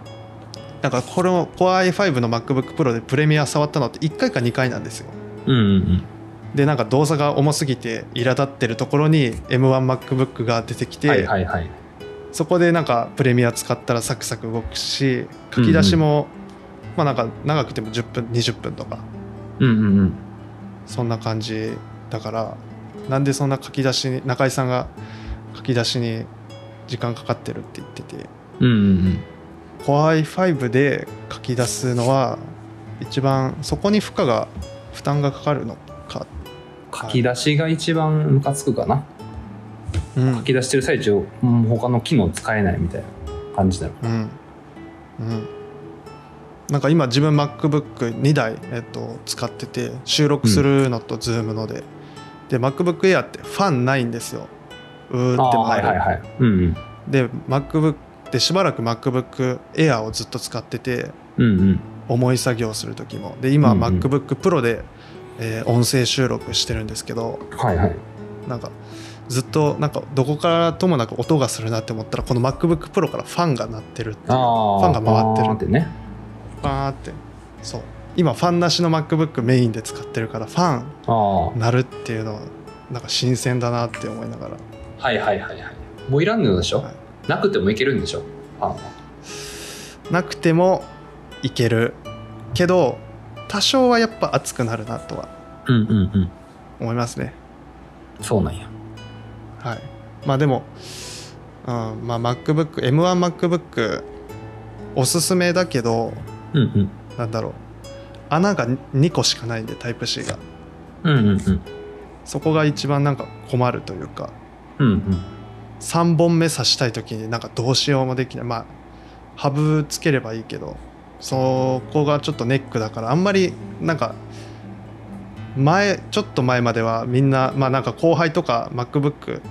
[SPEAKER 2] なんかこれも Core i5 の MacBookPro でプレミア触ったのって1回か2回なんですよ
[SPEAKER 1] うんうん
[SPEAKER 2] でなんか動作が重すぎて苛立ってるところに M1MacBook が出てき
[SPEAKER 1] う
[SPEAKER 2] て、
[SPEAKER 1] んはいはいはい
[SPEAKER 2] そこでなんかプレミア使ったらサクサク動くし書き出しも、まあなんか長くても10分20分とか
[SPEAKER 1] うんうんうん
[SPEAKER 2] そんな感じだからなんでそんな書き出しに中井さんが書き出しに時間かかってるって言ってて
[SPEAKER 1] うんうん
[SPEAKER 2] Core i5 で書き出すのは一番そこに負荷が負担がかかるのか、
[SPEAKER 1] 書き出しが一番ムカつくかな
[SPEAKER 2] うん
[SPEAKER 1] 書き出してる最中うん他の機能使えないみたいな感じだろ
[SPEAKER 2] うんうん、なんか今自分 MacBook2 台、えっと、使ってて収録するのと Zoom ので、で MacBookAir ってファンないんですようー
[SPEAKER 1] あ
[SPEAKER 2] って
[SPEAKER 1] あはい
[SPEAKER 2] 回る、
[SPEAKER 1] はいはいうん
[SPEAKER 2] で MacBook でしばらく MacBookAir をずっと使ってて
[SPEAKER 1] うんうんうん
[SPEAKER 2] 重い作業する時もで今、
[SPEAKER 1] うんうん
[SPEAKER 2] MacBookPro で、えー音声収録してるんですけど
[SPEAKER 1] はいはい
[SPEAKER 2] なんかずっとなんかどこからともなく音がするなって思ったらこの MacBookPro からファンが鳴ってるっていう
[SPEAKER 1] ああ
[SPEAKER 2] ファンが回ってる
[SPEAKER 1] あーってね
[SPEAKER 2] バーってそう今ファンなしの MacBook メインで使ってるからファン
[SPEAKER 1] ああは
[SPEAKER 2] 鳴るっていうのはなんか新鮮だなって思いながら
[SPEAKER 1] いはいはいはいもういらんのでしょ、
[SPEAKER 2] はい
[SPEAKER 1] なくてもいけるんでしょファンは
[SPEAKER 2] なくてもいけるけど多少はやっぱ熱くなるなとは
[SPEAKER 1] うんうんうん
[SPEAKER 2] 思いますね
[SPEAKER 1] そうなんや
[SPEAKER 2] はいまあでも、うんまあ、MacBookM1MacBook おすすめだけど
[SPEAKER 1] うんうん
[SPEAKER 2] なんだろう穴が2個しかないんでタイプ C が
[SPEAKER 1] うんうんうん
[SPEAKER 2] そこが一番なんか困るというか
[SPEAKER 1] うんうん
[SPEAKER 2] 3本目刺したい時になんかどうしようもできないまあハブつければいいけどそこがちょっとネックだからあんまりなんか前ちょっと前まではみんなまあなんか後輩とか MacBook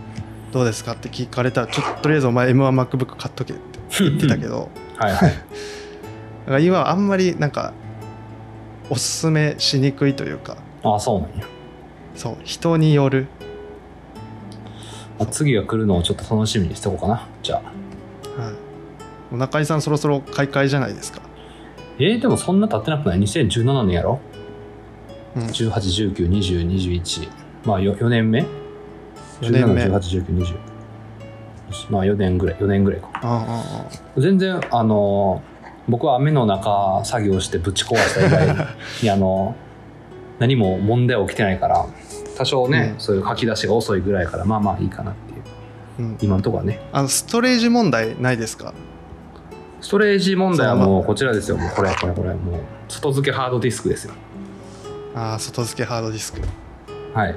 [SPEAKER 2] どうですかって聞かれたらちょっととりあえずお前 M1MacBook 買っとけって言ってたけど
[SPEAKER 1] はい はい
[SPEAKER 2] だから今はあんまりなんかおすすめしにくいというか
[SPEAKER 1] ああそうなんや
[SPEAKER 2] そう人による
[SPEAKER 1] あ次が来るのをちょっと楽しみにしておこうかなじゃあ
[SPEAKER 2] はい、中井さんそろそろ買い替えじゃないですか、
[SPEAKER 1] えー、でもそんな経ってなくない2017年やろ
[SPEAKER 2] うん、
[SPEAKER 1] 18192021まあ 4, 四年目
[SPEAKER 2] 四年目
[SPEAKER 1] 17181920まあ4年ぐらい4年ぐらいか
[SPEAKER 2] ああ
[SPEAKER 1] 全然あのー僕は雨の中作業してぶち壊した以外 にあのー何も問題は起きてないから多少ね、
[SPEAKER 2] うん
[SPEAKER 1] そういう書き出しが遅いぐらいからまあまあいいかなっていう
[SPEAKER 2] うん、
[SPEAKER 1] 今のところはね
[SPEAKER 2] あのストレージ問題ないですか
[SPEAKER 1] ストレージ問題は
[SPEAKER 2] そう
[SPEAKER 1] もうこちらですよもうこれこれこれもう外付けハードディスクですよ
[SPEAKER 2] ああ外付けハードディスク
[SPEAKER 1] はい、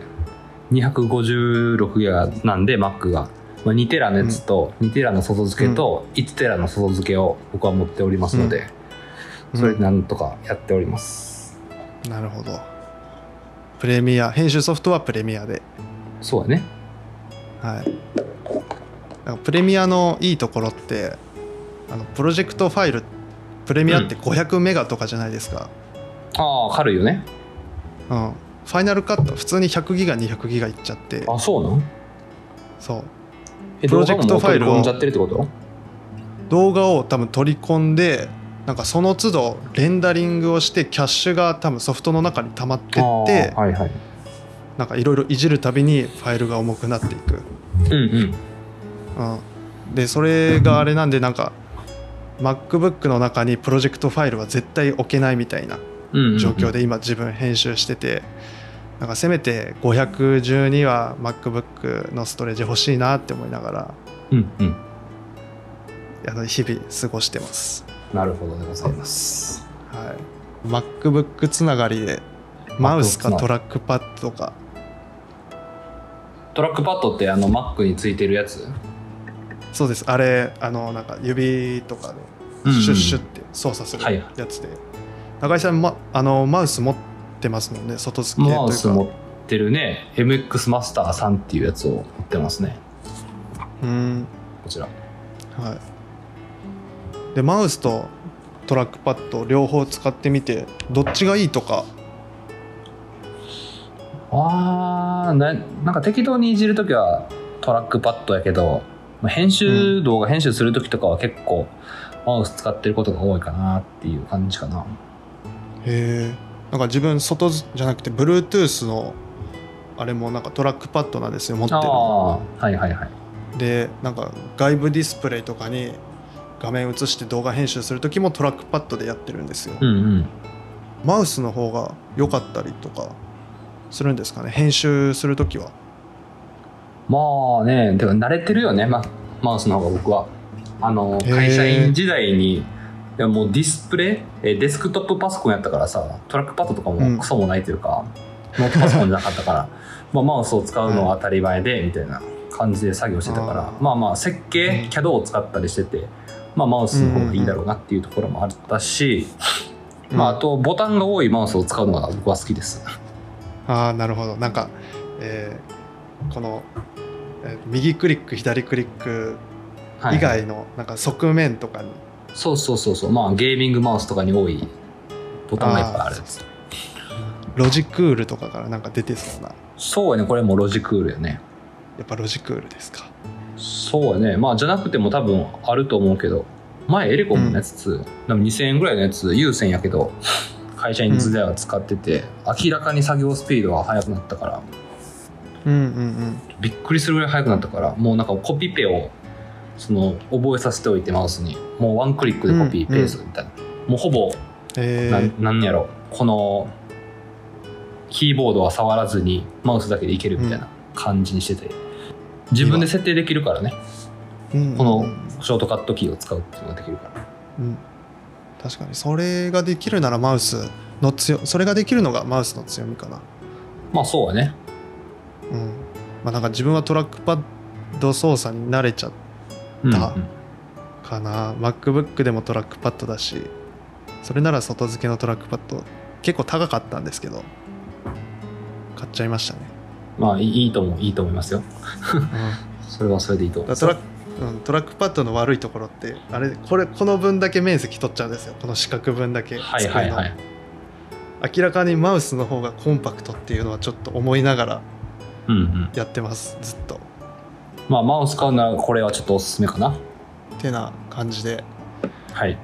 [SPEAKER 1] 256ギガなんで Mac が、まあ、2テラのやつと、2テラの外付けと1テラの外付けを僕は持っておりますので、それでなんとかやっております、
[SPEAKER 2] うんなるほどプレミア編集ソフトはプレミアで
[SPEAKER 1] そうだね
[SPEAKER 2] はいなんかプレミアのいいところってあのプロジェクトファイルプレミアって500メガとかじゃないですか、
[SPEAKER 1] ああ軽いよね
[SPEAKER 2] うんファイナルカット普通に100ギガ200ギガいっちゃって
[SPEAKER 1] あそうなん
[SPEAKER 2] そう
[SPEAKER 1] え
[SPEAKER 2] プロジェクトファイルを
[SPEAKER 1] 動画ももう取り込んじゃってるってこと
[SPEAKER 2] 動画を多分取り込んでなんかその都度レンダリングをしてキャッシュが多分ソフトの中に溜まってって
[SPEAKER 1] あーはいはい
[SPEAKER 2] なんかいろいろいじるたびにファイルが重くなっていく、
[SPEAKER 1] うんうん
[SPEAKER 2] うん、でそれがあれなんでなんか MacBook の中にプロジェクトファイルは絶対置けないみたいな
[SPEAKER 1] うんうんうん
[SPEAKER 2] 状況で今自分編集しててなんかせめて510には MacBook のストレージ欲しいなって思いながら
[SPEAKER 1] うんうん
[SPEAKER 2] あの日々過ごしてます。
[SPEAKER 1] なるほどでございます
[SPEAKER 2] はい、MacBook つながりでマウスかトラックパッドか
[SPEAKER 1] トラックパッドってあの Mac についてるやつ
[SPEAKER 2] そうですあれあのなんか指とか
[SPEAKER 1] う
[SPEAKER 2] で
[SPEAKER 1] んうん
[SPEAKER 2] シュッシュって操作する
[SPEAKER 1] はいは
[SPEAKER 2] やつで、中井さん、ま、あのマウス持ってますもんね外付けというか
[SPEAKER 1] マウス持ってるね MX マスター3っていうやつを持ってますね
[SPEAKER 2] うん、
[SPEAKER 1] こちら
[SPEAKER 2] はい、でマウスとトラックパッド両方使ってみてどっちがいいとか
[SPEAKER 1] あーななんか適当にいじるときはトラックパッドやけどまあ編集、動画編集するときとかは結構マウス使ってることが多いかなっていう感じかな
[SPEAKER 2] へえんか自分外じゃなくて Bluetooth のあれもなんかトラックパッドなんですよ持って
[SPEAKER 1] あ
[SPEAKER 2] る
[SPEAKER 1] あーはいはいはい
[SPEAKER 2] でなんか外部ディスプレイとかに画面映して動画編集する時もトラックパッドでやってるんですよ、
[SPEAKER 1] うんうん
[SPEAKER 2] マウスの方が良かったりとかするんですかね編集する時は
[SPEAKER 1] まあねでも慣れてるよね、ま、マウスの方が僕はあの
[SPEAKER 2] へー
[SPEAKER 1] 会社員時代にいやもうディスプレイえデスクトップパソコンやったからさトラックパッドとか
[SPEAKER 2] うん
[SPEAKER 1] もクソもないというか、ノートパソコンじゃなかったから まあマウスを使うのは当たり前で、みたいな感じで作業してたから
[SPEAKER 2] あー
[SPEAKER 1] まあまあ設計、
[SPEAKER 2] うん
[SPEAKER 1] CAD を使ったりしてて、まあ、マウスの方がいいだろうなっていうところもあったし、まあ、あとボタンが多いマウスを使うのが僕は好きです
[SPEAKER 2] ああなるほどなんか、えーこの、えー右クリック左クリック
[SPEAKER 1] はい
[SPEAKER 2] 以外のなんか側面とかに、
[SPEAKER 1] そうそうそうそうまあゲーミングマウスとかに多いボタンがいっぱいある
[SPEAKER 2] ロジクールとかからなんか出てそうな
[SPEAKER 1] そうやねこれもロジクールやね
[SPEAKER 2] やっぱロジクールですか
[SPEAKER 1] そうやねまあじゃなくても多分あると思うけど前エレコムのやつ、多分2000円ぐらいのやつ有線やけど会社員時代は使ってて、明らかに作業スピードが速くなったから
[SPEAKER 2] うんうん
[SPEAKER 1] びっくりするぐらい速くなったからもうなんかコピペをその覚えさせておいてマウスにもうワンクリックでコピーペーストみたいな、もうほぼ
[SPEAKER 2] え
[SPEAKER 1] な
[SPEAKER 2] ー
[SPEAKER 1] んなんやろこのキーボードは触らずにマウスだけでいけるみたいな感じにしてて自分で設定できるからね
[SPEAKER 2] うんうん
[SPEAKER 1] このショートカットキーを使うっていうのができるから
[SPEAKER 2] うん、確かにそれができるならマウスの強それができるのがマウスの強みかな
[SPEAKER 1] まあそうはね
[SPEAKER 2] うんまあなんか自分はトラックパッド操作に慣れちゃっ
[SPEAKER 1] うん
[SPEAKER 2] だたかな MacBook でもトラックパッドだしそれなら外付けのトラックパッド結構高かったんですけど買っちゃいましたね、
[SPEAKER 1] まあいいいいと思ういいと思いますよ
[SPEAKER 2] うん、だか
[SPEAKER 1] それはそれでいいと思う
[SPEAKER 2] らトラックうん、トラックパッドの悪いところってあれこれこの分だけ面積取っちゃうんですよこの四角分だけ
[SPEAKER 1] はいはいはい
[SPEAKER 2] 明らかにマウスの方がコンパクトっていうのはちょっと思いながら
[SPEAKER 1] うんうん
[SPEAKER 2] やってますずっと
[SPEAKER 1] まあマウス買うならこれはちょっとおすすめかな
[SPEAKER 2] てな感じで
[SPEAKER 1] はい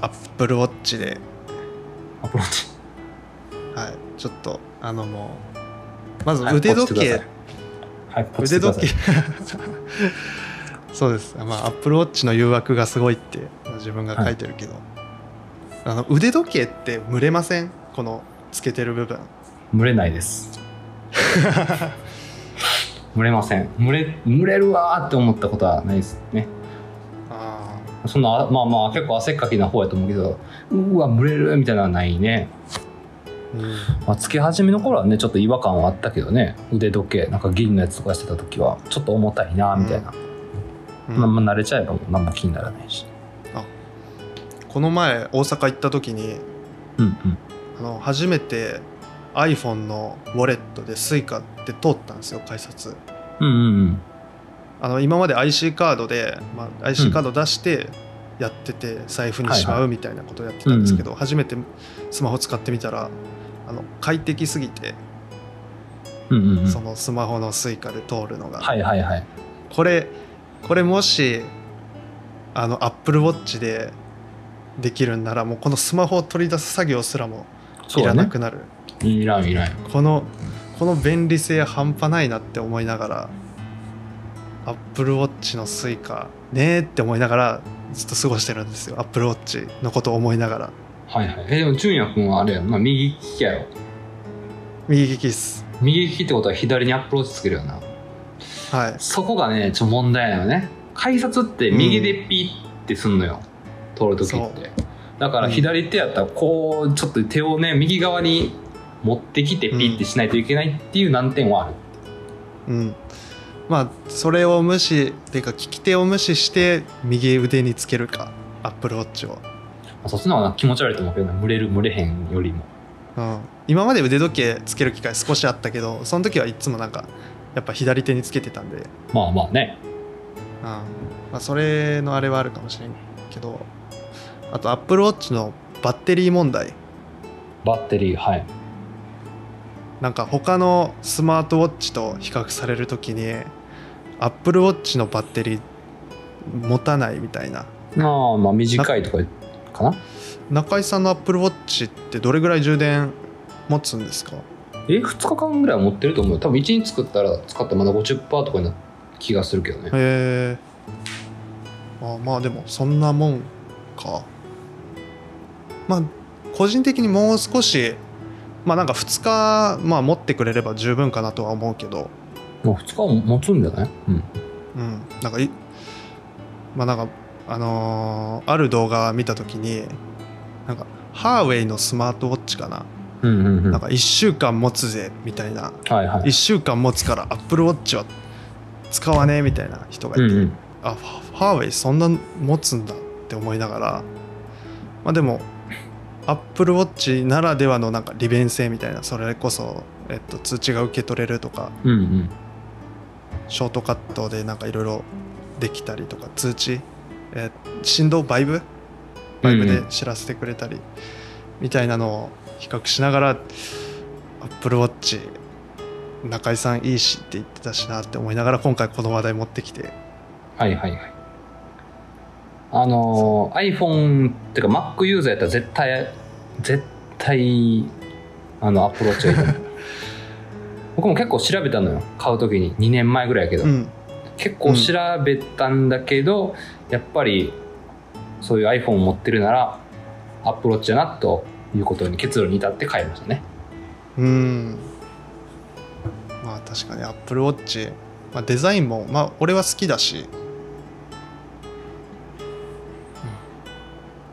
[SPEAKER 2] アップルウォッチで、
[SPEAKER 1] アプローチ
[SPEAKER 2] はい、ちょっとあのもうまず
[SPEAKER 1] はい
[SPEAKER 2] 腕時計、
[SPEAKER 1] はいポチ
[SPEAKER 2] 腕
[SPEAKER 1] ってくだ
[SPEAKER 2] 時
[SPEAKER 1] さ
[SPEAKER 2] 計
[SPEAKER 1] い
[SPEAKER 2] そうです まあアップルウォッチの誘惑がすごいって自分が書いてるけど、あの腕時計って蒸れませんこのつけてる部分
[SPEAKER 1] 蒸れない です蒸れません蒸れ蒸れるわーって思ったことはないですね
[SPEAKER 2] あ
[SPEAKER 1] そんなまあまあ結構汗っかきな方やと思うけどうわ蒸れるみたいなのはないね、
[SPEAKER 2] ー、うん、
[SPEAKER 1] まあ、つけ始めの頃はねちょっと違和感はあったけどね腕時計なんか銀のやつとかしてた時はちょっと重たいなみたいな、
[SPEAKER 2] うん
[SPEAKER 1] まあ、まあ慣れちゃえばもう何も気にならないし
[SPEAKER 2] この前大阪行った時に
[SPEAKER 1] うんうん
[SPEAKER 2] あの初めて iPhone のウォレットで Suica って通ったんですよ改札
[SPEAKER 1] うんうんうん
[SPEAKER 2] あの今まで IC カードで、まあ、IC カード出してやってて財布にしまうみたいなことをやってたんですけど、初めてスマホ使ってみたらあの快適すぎて、
[SPEAKER 1] うんうんうん
[SPEAKER 2] そのスマホの Suica で通るのが、
[SPEAKER 1] はいはいはい
[SPEAKER 2] これこれもしあの AppleWatch でできるんならもうこのスマホを取り出す作業すらも
[SPEAKER 1] そ
[SPEAKER 2] いうら
[SPEAKER 1] だ
[SPEAKER 2] な
[SPEAKER 1] ね
[SPEAKER 2] くなる、
[SPEAKER 1] いらんいらん
[SPEAKER 2] このこの便利性半端ないなって思いながらアップルウォッチの Suica ねえって思いながらずっと過ごしてるんですよアップルウォッチのことを思いながら
[SPEAKER 1] はいはいえでも純也君はあれやんな右利きやろ
[SPEAKER 2] 右利きっす
[SPEAKER 1] 右利きってことは左にアプローチつけるよな
[SPEAKER 2] はい
[SPEAKER 1] そこがねちょっと問題なのね改札って右でピッてすんのよ、通るとき
[SPEAKER 2] そ
[SPEAKER 1] っ
[SPEAKER 2] う
[SPEAKER 1] てだから左手やったらこうちょっと手をね右側に持ってきてピッてしないといけないっていう難点はある、
[SPEAKER 2] うんまあそれを無視っていうか利き手を無視して右腕につけるかアップルウォッチを、
[SPEAKER 1] まあそっちの方が気持ち悪いと思うけどね蒸れる蒸れへんよりも
[SPEAKER 2] うん、今まで腕時計つける機会少しあったけどその時はいつもなんかやっぱ左手につけてたんで
[SPEAKER 1] まあまあね
[SPEAKER 2] うんまあ、それのあれはあるかもしれんけどあと AppleWatch のバッテリー問題
[SPEAKER 1] バッテリーはい
[SPEAKER 2] なんか他のスマートウォッチと比較されるときに AppleWatch のバッテリー持たないみたいな
[SPEAKER 1] まあまあ短いとかかな
[SPEAKER 2] 中井さんの AppleWatch ってどれぐらい充電持つんですか
[SPEAKER 1] え2日間ぐらいは持ってると思うよ多分1日作ったら使ったらまだ50%とかになる気がするけどね、
[SPEAKER 2] へえあまあでもそんなもんかまあ個人的にもう少しまあなんか2日、まあ、持ってくれれば十分かなとは思うけど
[SPEAKER 1] まあ2日は持つんじゃない、うん、
[SPEAKER 2] うんなんかいまあなんかあのーある動画見た時になんかハーウェイのスマートウォッチかな,、
[SPEAKER 1] うんうんうん
[SPEAKER 2] なん
[SPEAKER 1] は
[SPEAKER 2] か1週間持つぜみたいない
[SPEAKER 1] はい
[SPEAKER 2] 1週間持つからアップルウォッチは使わねえみたいな人がいて、
[SPEAKER 1] うんうん
[SPEAKER 2] あハハーウェイそんな持つんだって思いながらまあでも Apple Watch ならではのなんか利便性みたいなそれこそ、えっと、通知が受け取れるとか
[SPEAKER 1] うんうん
[SPEAKER 2] ショートカットでなんかいろいろできたりとか通知、えー振動バイブバイブ
[SPEAKER 1] うんう
[SPEAKER 2] で
[SPEAKER 1] ん
[SPEAKER 2] 知らせてくれたりみたいなのを比較しながら Apple Watch 中井さんいいしって言ってたしなって思いながら今回この話題持ってきて
[SPEAKER 1] はいはいはいあのー iPhone っていうか Mac ユーザーやったら絶対絶対あのアプローチがいいと 思う僕も結構調べたのよ買う時に2年前ぐらいやけど、
[SPEAKER 2] うん
[SPEAKER 1] 結構調べたんだけど、やっぱりそういう iPhone を持ってるならアップローチだなということに結論に至って買いましたね
[SPEAKER 2] うんまあ確かに Apple Watch、まあ、デザインもまあ俺は好きだし、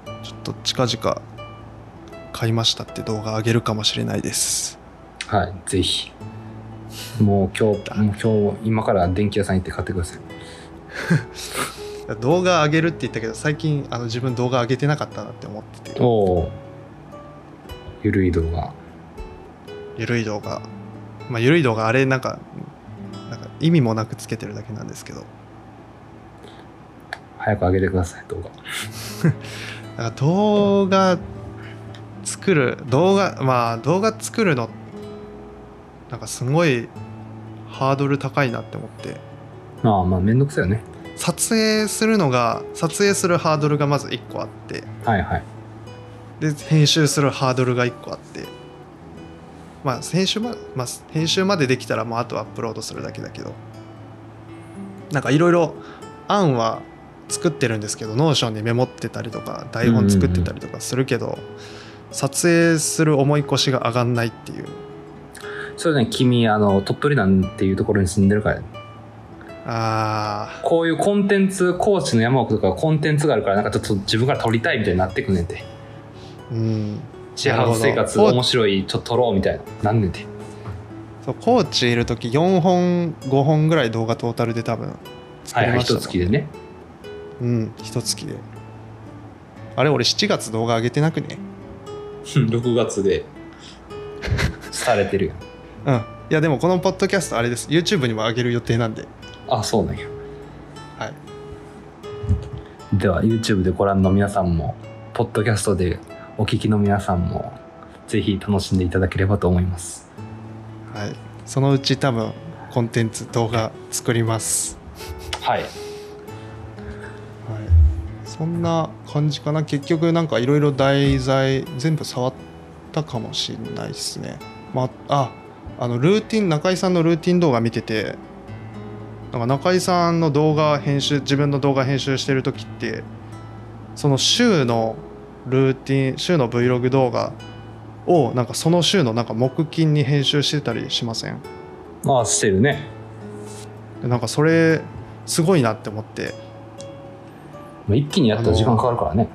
[SPEAKER 2] うんちょっと近々買いましたって動画上げるかもしれないです
[SPEAKER 1] はいぜひもう今日もう今日今から電気屋さん行って買ってください
[SPEAKER 2] 動画上げるって言ったけど最近あの自分動画上げてなかったなって思ってて
[SPEAKER 1] おおゆるい動画
[SPEAKER 2] ゆるい動画まあゆるい動画あれなんかなんか意味もなくつけてるだけなんですけど
[SPEAKER 1] 早く上げてください動画
[SPEAKER 2] なんか動画作る動画まあ動画作るのなんかすごいハードル高いなって思って
[SPEAKER 1] まあまあめんどくさいよね
[SPEAKER 2] 撮影するのが撮影するハードルがまず1個あって
[SPEAKER 1] はいはい
[SPEAKER 2] で編集するハードルが1個あってまあ編集ま,、まあ、編集までできたらもうあとアップロードするだけだけどなんかいろいろ案は作ってるんですけどノーションにメモってたりとか台本作ってたりとかするけど、撮影する重い腰が上がんないっていう
[SPEAKER 1] それね君あの鳥取なんていうところに住んでるから
[SPEAKER 2] あ
[SPEAKER 1] こういうコンテンツ高知の山奥とかコンテンツがあるからなんかちょっと自分から撮りたいみたいになってくねんて
[SPEAKER 2] ーうん
[SPEAKER 1] シェアハウス生活
[SPEAKER 2] なるほど
[SPEAKER 1] 面白いちょっと撮ろうみたいななんねんて
[SPEAKER 2] そう高知いる時4本5本ぐらい動画トータルで多分作
[SPEAKER 1] は
[SPEAKER 2] り
[SPEAKER 1] いはい
[SPEAKER 2] ま
[SPEAKER 1] 一
[SPEAKER 2] したもん
[SPEAKER 1] 月で ね
[SPEAKER 2] うん一月であれ俺7月動画上げてなくね
[SPEAKER 1] 6月で 廃れてるやん
[SPEAKER 2] うんいやでもこのポッドキャストあれです YouTube にも上げる予定なんで
[SPEAKER 1] あそうなんや
[SPEAKER 2] はい
[SPEAKER 1] では YouTube でご覧の皆さんもポッドキャストでお聞きの皆さんもぜひ楽しんでいただければと思います
[SPEAKER 2] はいそのうち多分コンテンツ動画作ります
[SPEAKER 1] はい
[SPEAKER 2] はいそんな感じかな結局なんかいろいろ題材全部触ったかもしれないですねまああのルーティン中井さんのルーティン動画見ててなんか中井さんの動画編集自分の動画編集してる時ってその週のルーティン週の Vlog 動画をなんかその週のなんか木金に編集してたりしません
[SPEAKER 1] まあしてるね
[SPEAKER 2] でなんかそれすごいなって思って
[SPEAKER 1] まあ一気にやったら時間かかるからね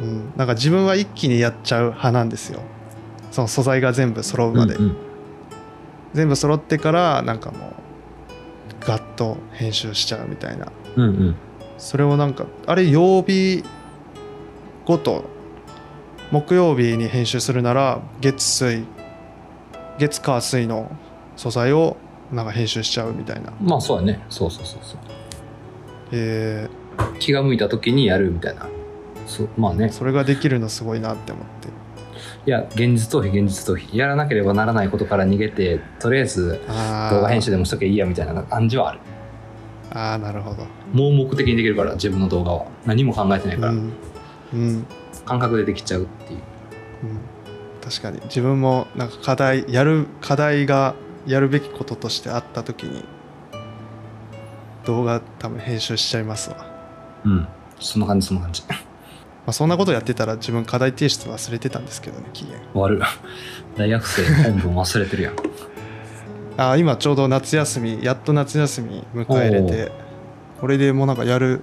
[SPEAKER 2] うん、なんか自分は一気にやっちゃう派なんですよその素材が全部揃うまで、
[SPEAKER 1] うんうん
[SPEAKER 2] 全部揃ってからなんかもうガッと編集しちゃうみたいな
[SPEAKER 1] うんうん
[SPEAKER 2] それをなんかあれ曜日ごと木曜日に編集するなら月水月火水の素材をなんか編集しちゃうみたいな、
[SPEAKER 1] まあそうやねそうそうそうそう
[SPEAKER 2] え
[SPEAKER 1] 気が向いた時にやるみたいなそうまあね
[SPEAKER 2] ーそれができるのすごいなって思って
[SPEAKER 1] いや現実逃避現実逃避やらなければならないことから逃げてとりあえず
[SPEAKER 2] あー
[SPEAKER 1] 動画編集でもしとけばいいやみたいな感じはある
[SPEAKER 2] あーなるほど、
[SPEAKER 1] 盲目的にできるから自分の動画は何も考えてないか
[SPEAKER 2] う
[SPEAKER 1] ら、
[SPEAKER 2] んうん、
[SPEAKER 1] 感覚でできちゃうっていう
[SPEAKER 2] うん、確かに自分もなんか課題やる課題がやるべきこととしてあった時に動画多分編集しちゃいますわ、ま
[SPEAKER 1] うんそんな感じそんな感じ
[SPEAKER 2] あ、そんなことやってたら自分課題提出忘れてたんですけどね期限
[SPEAKER 1] 悪い 大学生本文忘れてるやん
[SPEAKER 2] あー今ちょうど夏休みやっと夏休み迎えれてこれでもうなんかやる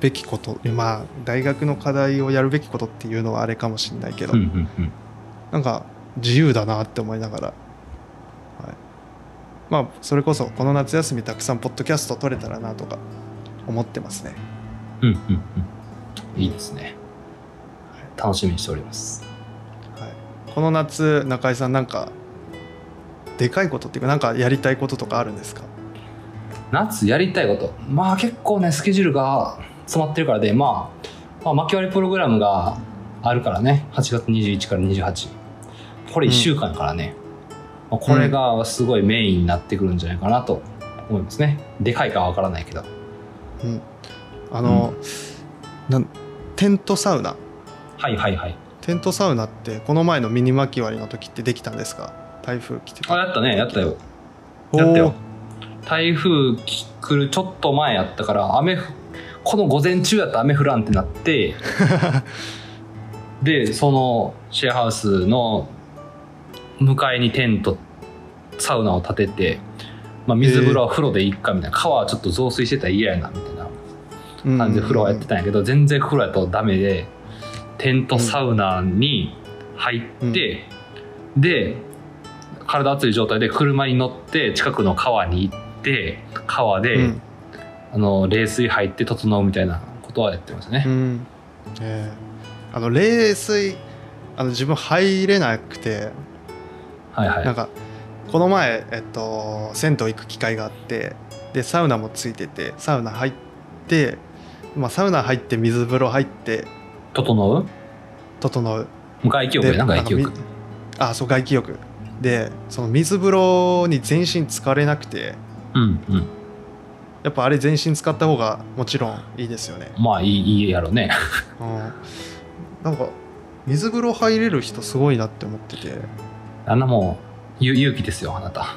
[SPEAKER 2] べきことまあ大学の課題をやるべきことっていうのはあれかもしれないけ ど、
[SPEAKER 1] うんうんうん
[SPEAKER 2] なんか自由だなって思いながら、はい、まあそれこそこの夏休みたくさんポッドキャスト撮れたらなとか思ってますね
[SPEAKER 1] うんうんうんいいですね楽しみにしております
[SPEAKER 2] はい、この夏中井さんなんかでかいことっていうかなんかやりたいこととかあるんですか
[SPEAKER 1] 夏やりたいことまあ結構ねスケジュールが詰まってるからで、まあ、まあ巻き割りプログラムがあるからね8月21から28これ1週間からね、まあこれがすごいメインになってくるんじゃないかなと思いますねでかいかはわからないけど
[SPEAKER 2] あの、なんテントサウナ
[SPEAKER 1] はいはいはい
[SPEAKER 2] テントサウナってこの前のミニ巻き割りの時ってできたんですか台風来て
[SPEAKER 1] あ
[SPEAKER 2] た
[SPEAKER 1] やったねやったよ
[SPEAKER 2] お
[SPEAKER 1] やったよ
[SPEAKER 2] ー
[SPEAKER 1] 台風来るちょっと前やったから雨ふこの午前中やったら雨降らんってなってでそのシェアハウスの向かいにテントサウナを建てて、まあ、水風呂は風呂でいいかみたいな、川はちょっと増水してたら嫌やなみたいな
[SPEAKER 2] うん
[SPEAKER 1] 感じで風呂はやってたんやけど、全然風呂やとダメでテントサウナに入って、で体熱い状態で車に乗って近くの川に行って川で、
[SPEAKER 2] うん
[SPEAKER 1] あの冷水入って整うみたいなことはやってましたね、
[SPEAKER 2] うんえーあの冷水あの自分入れなくて
[SPEAKER 1] はいはい
[SPEAKER 2] なんかこの前、えっと、銭湯行く機会があってでサウナもついててサウナ入って、まあ、サウナ入って水風呂入って
[SPEAKER 1] 整う
[SPEAKER 2] 整う
[SPEAKER 1] 外気浴やな外気
[SPEAKER 2] み
[SPEAKER 1] 浴
[SPEAKER 2] あそう外気浴でその水風呂に全身浸かれなくて
[SPEAKER 1] うんうん
[SPEAKER 2] やっぱあれ全身使った方がもちろんいいですよね、
[SPEAKER 1] まあいいいいやろね
[SPEAKER 2] うん、なんか水風呂入れる人すごいなって思ってて
[SPEAKER 1] あんなもうゆ勇気ですよあなた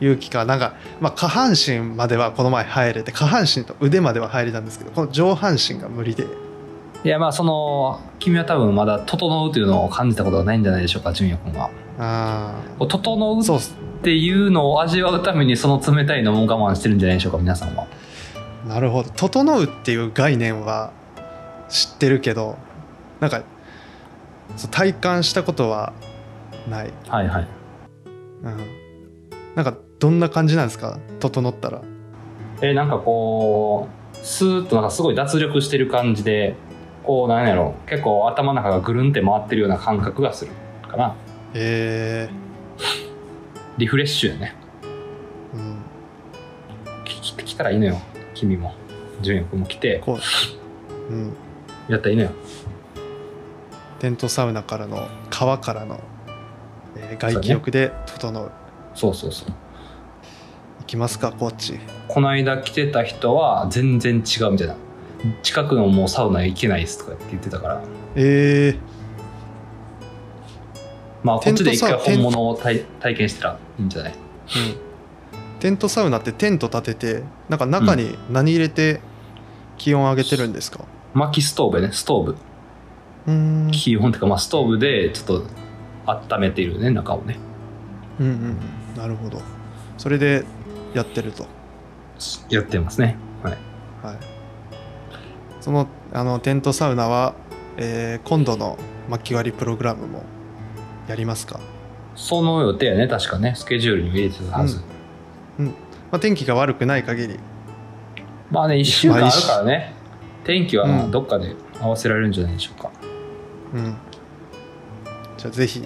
[SPEAKER 2] 勇気かなんか、まあ、下半身まではこの前入れて下半身と腕までは入れたんですけどこの上半身が無理で
[SPEAKER 1] いやまあその君は多分まだ整うというのを感じたことがないんじゃないでしょうか純也君は
[SPEAKER 2] あ
[SPEAKER 1] こう整う
[SPEAKER 2] ー
[SPEAKER 1] っ
[SPEAKER 2] そうっす
[SPEAKER 1] っていうのを味わうためにその冷たいのも我慢してるんじゃないでしょうか皆さんは
[SPEAKER 2] なるほど「整う」っていう概念は知ってるけどなんかそう体感したことはない、
[SPEAKER 1] はいはい
[SPEAKER 2] うん、なんかどんな感じなんですか整ったら
[SPEAKER 1] えーなんかこうスーッとなんかすごい脱力してる感じでこうなんやろ結構頭の中がぐるんって回ってるような感覚がするかな
[SPEAKER 2] え
[SPEAKER 1] リフレッシュやね
[SPEAKER 2] ーうん、
[SPEAKER 1] きき来たらいいのよ君も純也君も来て
[SPEAKER 2] こう、うん、
[SPEAKER 1] やったらいいのよ
[SPEAKER 2] テントサウナからの川からの、えー外気浴で整う
[SPEAKER 1] そうそうそう
[SPEAKER 2] いきますかコーチ
[SPEAKER 1] この間来てた人は全然違うみたいな近くのもうサウナ行けないですとかって言ってたから
[SPEAKER 2] えー、
[SPEAKER 1] まあこっちで一回
[SPEAKER 2] テントサウ
[SPEAKER 1] 本物を体体験したらいいんじゃない
[SPEAKER 2] うん、テントサウナってテント立ててなんか中に何入れて気温上げてるんですか
[SPEAKER 1] 薪ストーブやねストーブ
[SPEAKER 2] うん
[SPEAKER 1] 基本てかまあストーブでちょっと温めているね中をね
[SPEAKER 2] うんうんうんなるほどそれでやってると、
[SPEAKER 1] やってますねはい
[SPEAKER 2] はい、そのあのテントサウナは、えー今度の巻き割りプログラムもやりますか、
[SPEAKER 1] その予定やね確かねスケジュールに入れてたはず、
[SPEAKER 2] うんまあ、天気が悪くない限り
[SPEAKER 1] まあね1週間あるからね天気はま
[SPEAKER 2] う
[SPEAKER 1] あ
[SPEAKER 2] ん
[SPEAKER 1] どっかで合わせられるんじゃないでしょうか、
[SPEAKER 2] うんじゃあぜひ、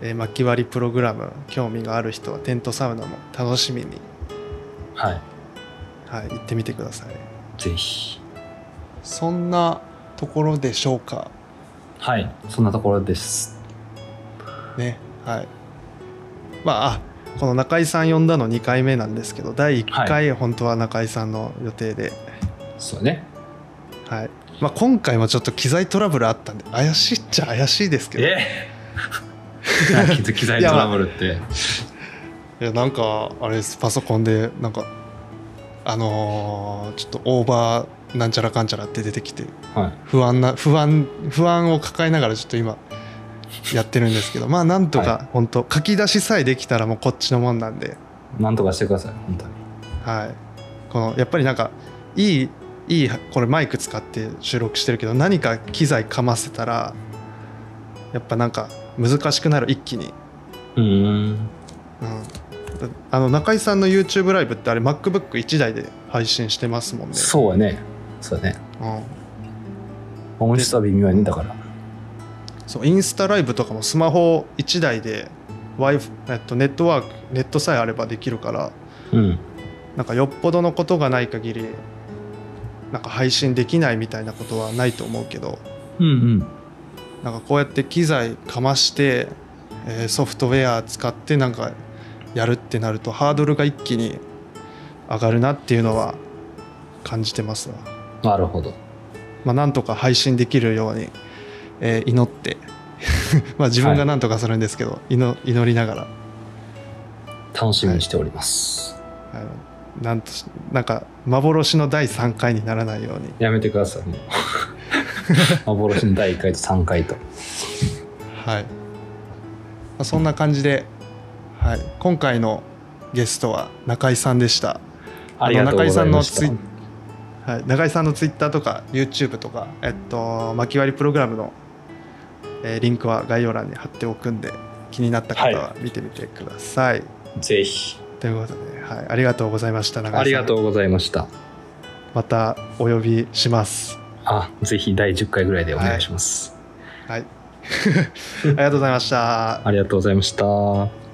[SPEAKER 2] えー巻き割りプログラム興味がある人はテントサウナも楽しみに、
[SPEAKER 1] はい
[SPEAKER 2] はい、行ってみてください
[SPEAKER 1] ぜひ
[SPEAKER 2] そんなところでしょうか
[SPEAKER 1] はいそんなところです
[SPEAKER 2] ねはいまああこの中井さん呼んだの2回目なんですけど第1回、
[SPEAKER 1] は
[SPEAKER 2] 本当は中井さんの予定で、
[SPEAKER 1] そうね
[SPEAKER 2] はいまあ、今回もちょっと機材トラブルあったんで怪しいっちゃ怪しいですけ ど
[SPEAKER 1] えなんか機材トラブルって
[SPEAKER 2] いやなんかあれですパソコンでなんかあのーちょっとオーバーなんちゃらかんちゃらって出てきて
[SPEAKER 1] はい
[SPEAKER 2] 不安な不安不安を抱えながらちょっと今やってるんですけどまあなんと
[SPEAKER 1] は
[SPEAKER 2] か本当書き出しさえできたらもうこっちのもんなんで
[SPEAKER 1] なんとかしてください本当に
[SPEAKER 2] はいこのやっぱりなんかいいいいこれマイク使って収録してるけど何か機材かませたらやっぱなんか難しくなる一気に
[SPEAKER 1] うーん
[SPEAKER 2] うん、あの中井さんの YouTube ライブってあれ MacBook1 台で配信してますもんね、
[SPEAKER 1] そうやねそうやね
[SPEAKER 2] うん、
[SPEAKER 1] おむしさ微妙やねだから
[SPEAKER 2] そうインスタライブとかもスマホ1台で Wi-Fi えっと、ネットワークネットさえあればできるから
[SPEAKER 1] うん
[SPEAKER 2] なんかよっぽどのことがない限りなんか配信できないみたいなことはないと思うけど
[SPEAKER 1] うんうん
[SPEAKER 2] なんかこうやって機材かまして、えーソフトウェア使ってなんかやるってなるとハードルが一気に上がるなっていうのは感じてますわ、
[SPEAKER 1] なるほど
[SPEAKER 2] まあ、なんとか配信できるように、えー祈って まあ自分がなんとかするんですけど、祈祈りながら
[SPEAKER 1] 楽しみにしております、
[SPEAKER 2] あのなんとしなんか幻の第3回にならないように
[SPEAKER 1] やめてくださいもう 幻の第1回と3回と
[SPEAKER 2] はい、まあ、そんな感じで、はい、今回のゲストは中井さんでした
[SPEAKER 1] ありがとうございました
[SPEAKER 2] あの中井さんのツイはい、中井さんのツイッターとか YouTube とか、えっと、巻き割りプログラムの、えーリンクは概要欄に貼っておくんで気になった方は見てみてください、
[SPEAKER 1] ぜひ
[SPEAKER 2] ということで、はい、ありがとうございました中井さん
[SPEAKER 1] ありがとうございました
[SPEAKER 2] またお呼びし ます
[SPEAKER 1] あぜひ第10回ぐらいでお願いします、
[SPEAKER 2] はいありがとうございました
[SPEAKER 1] ありがとうございました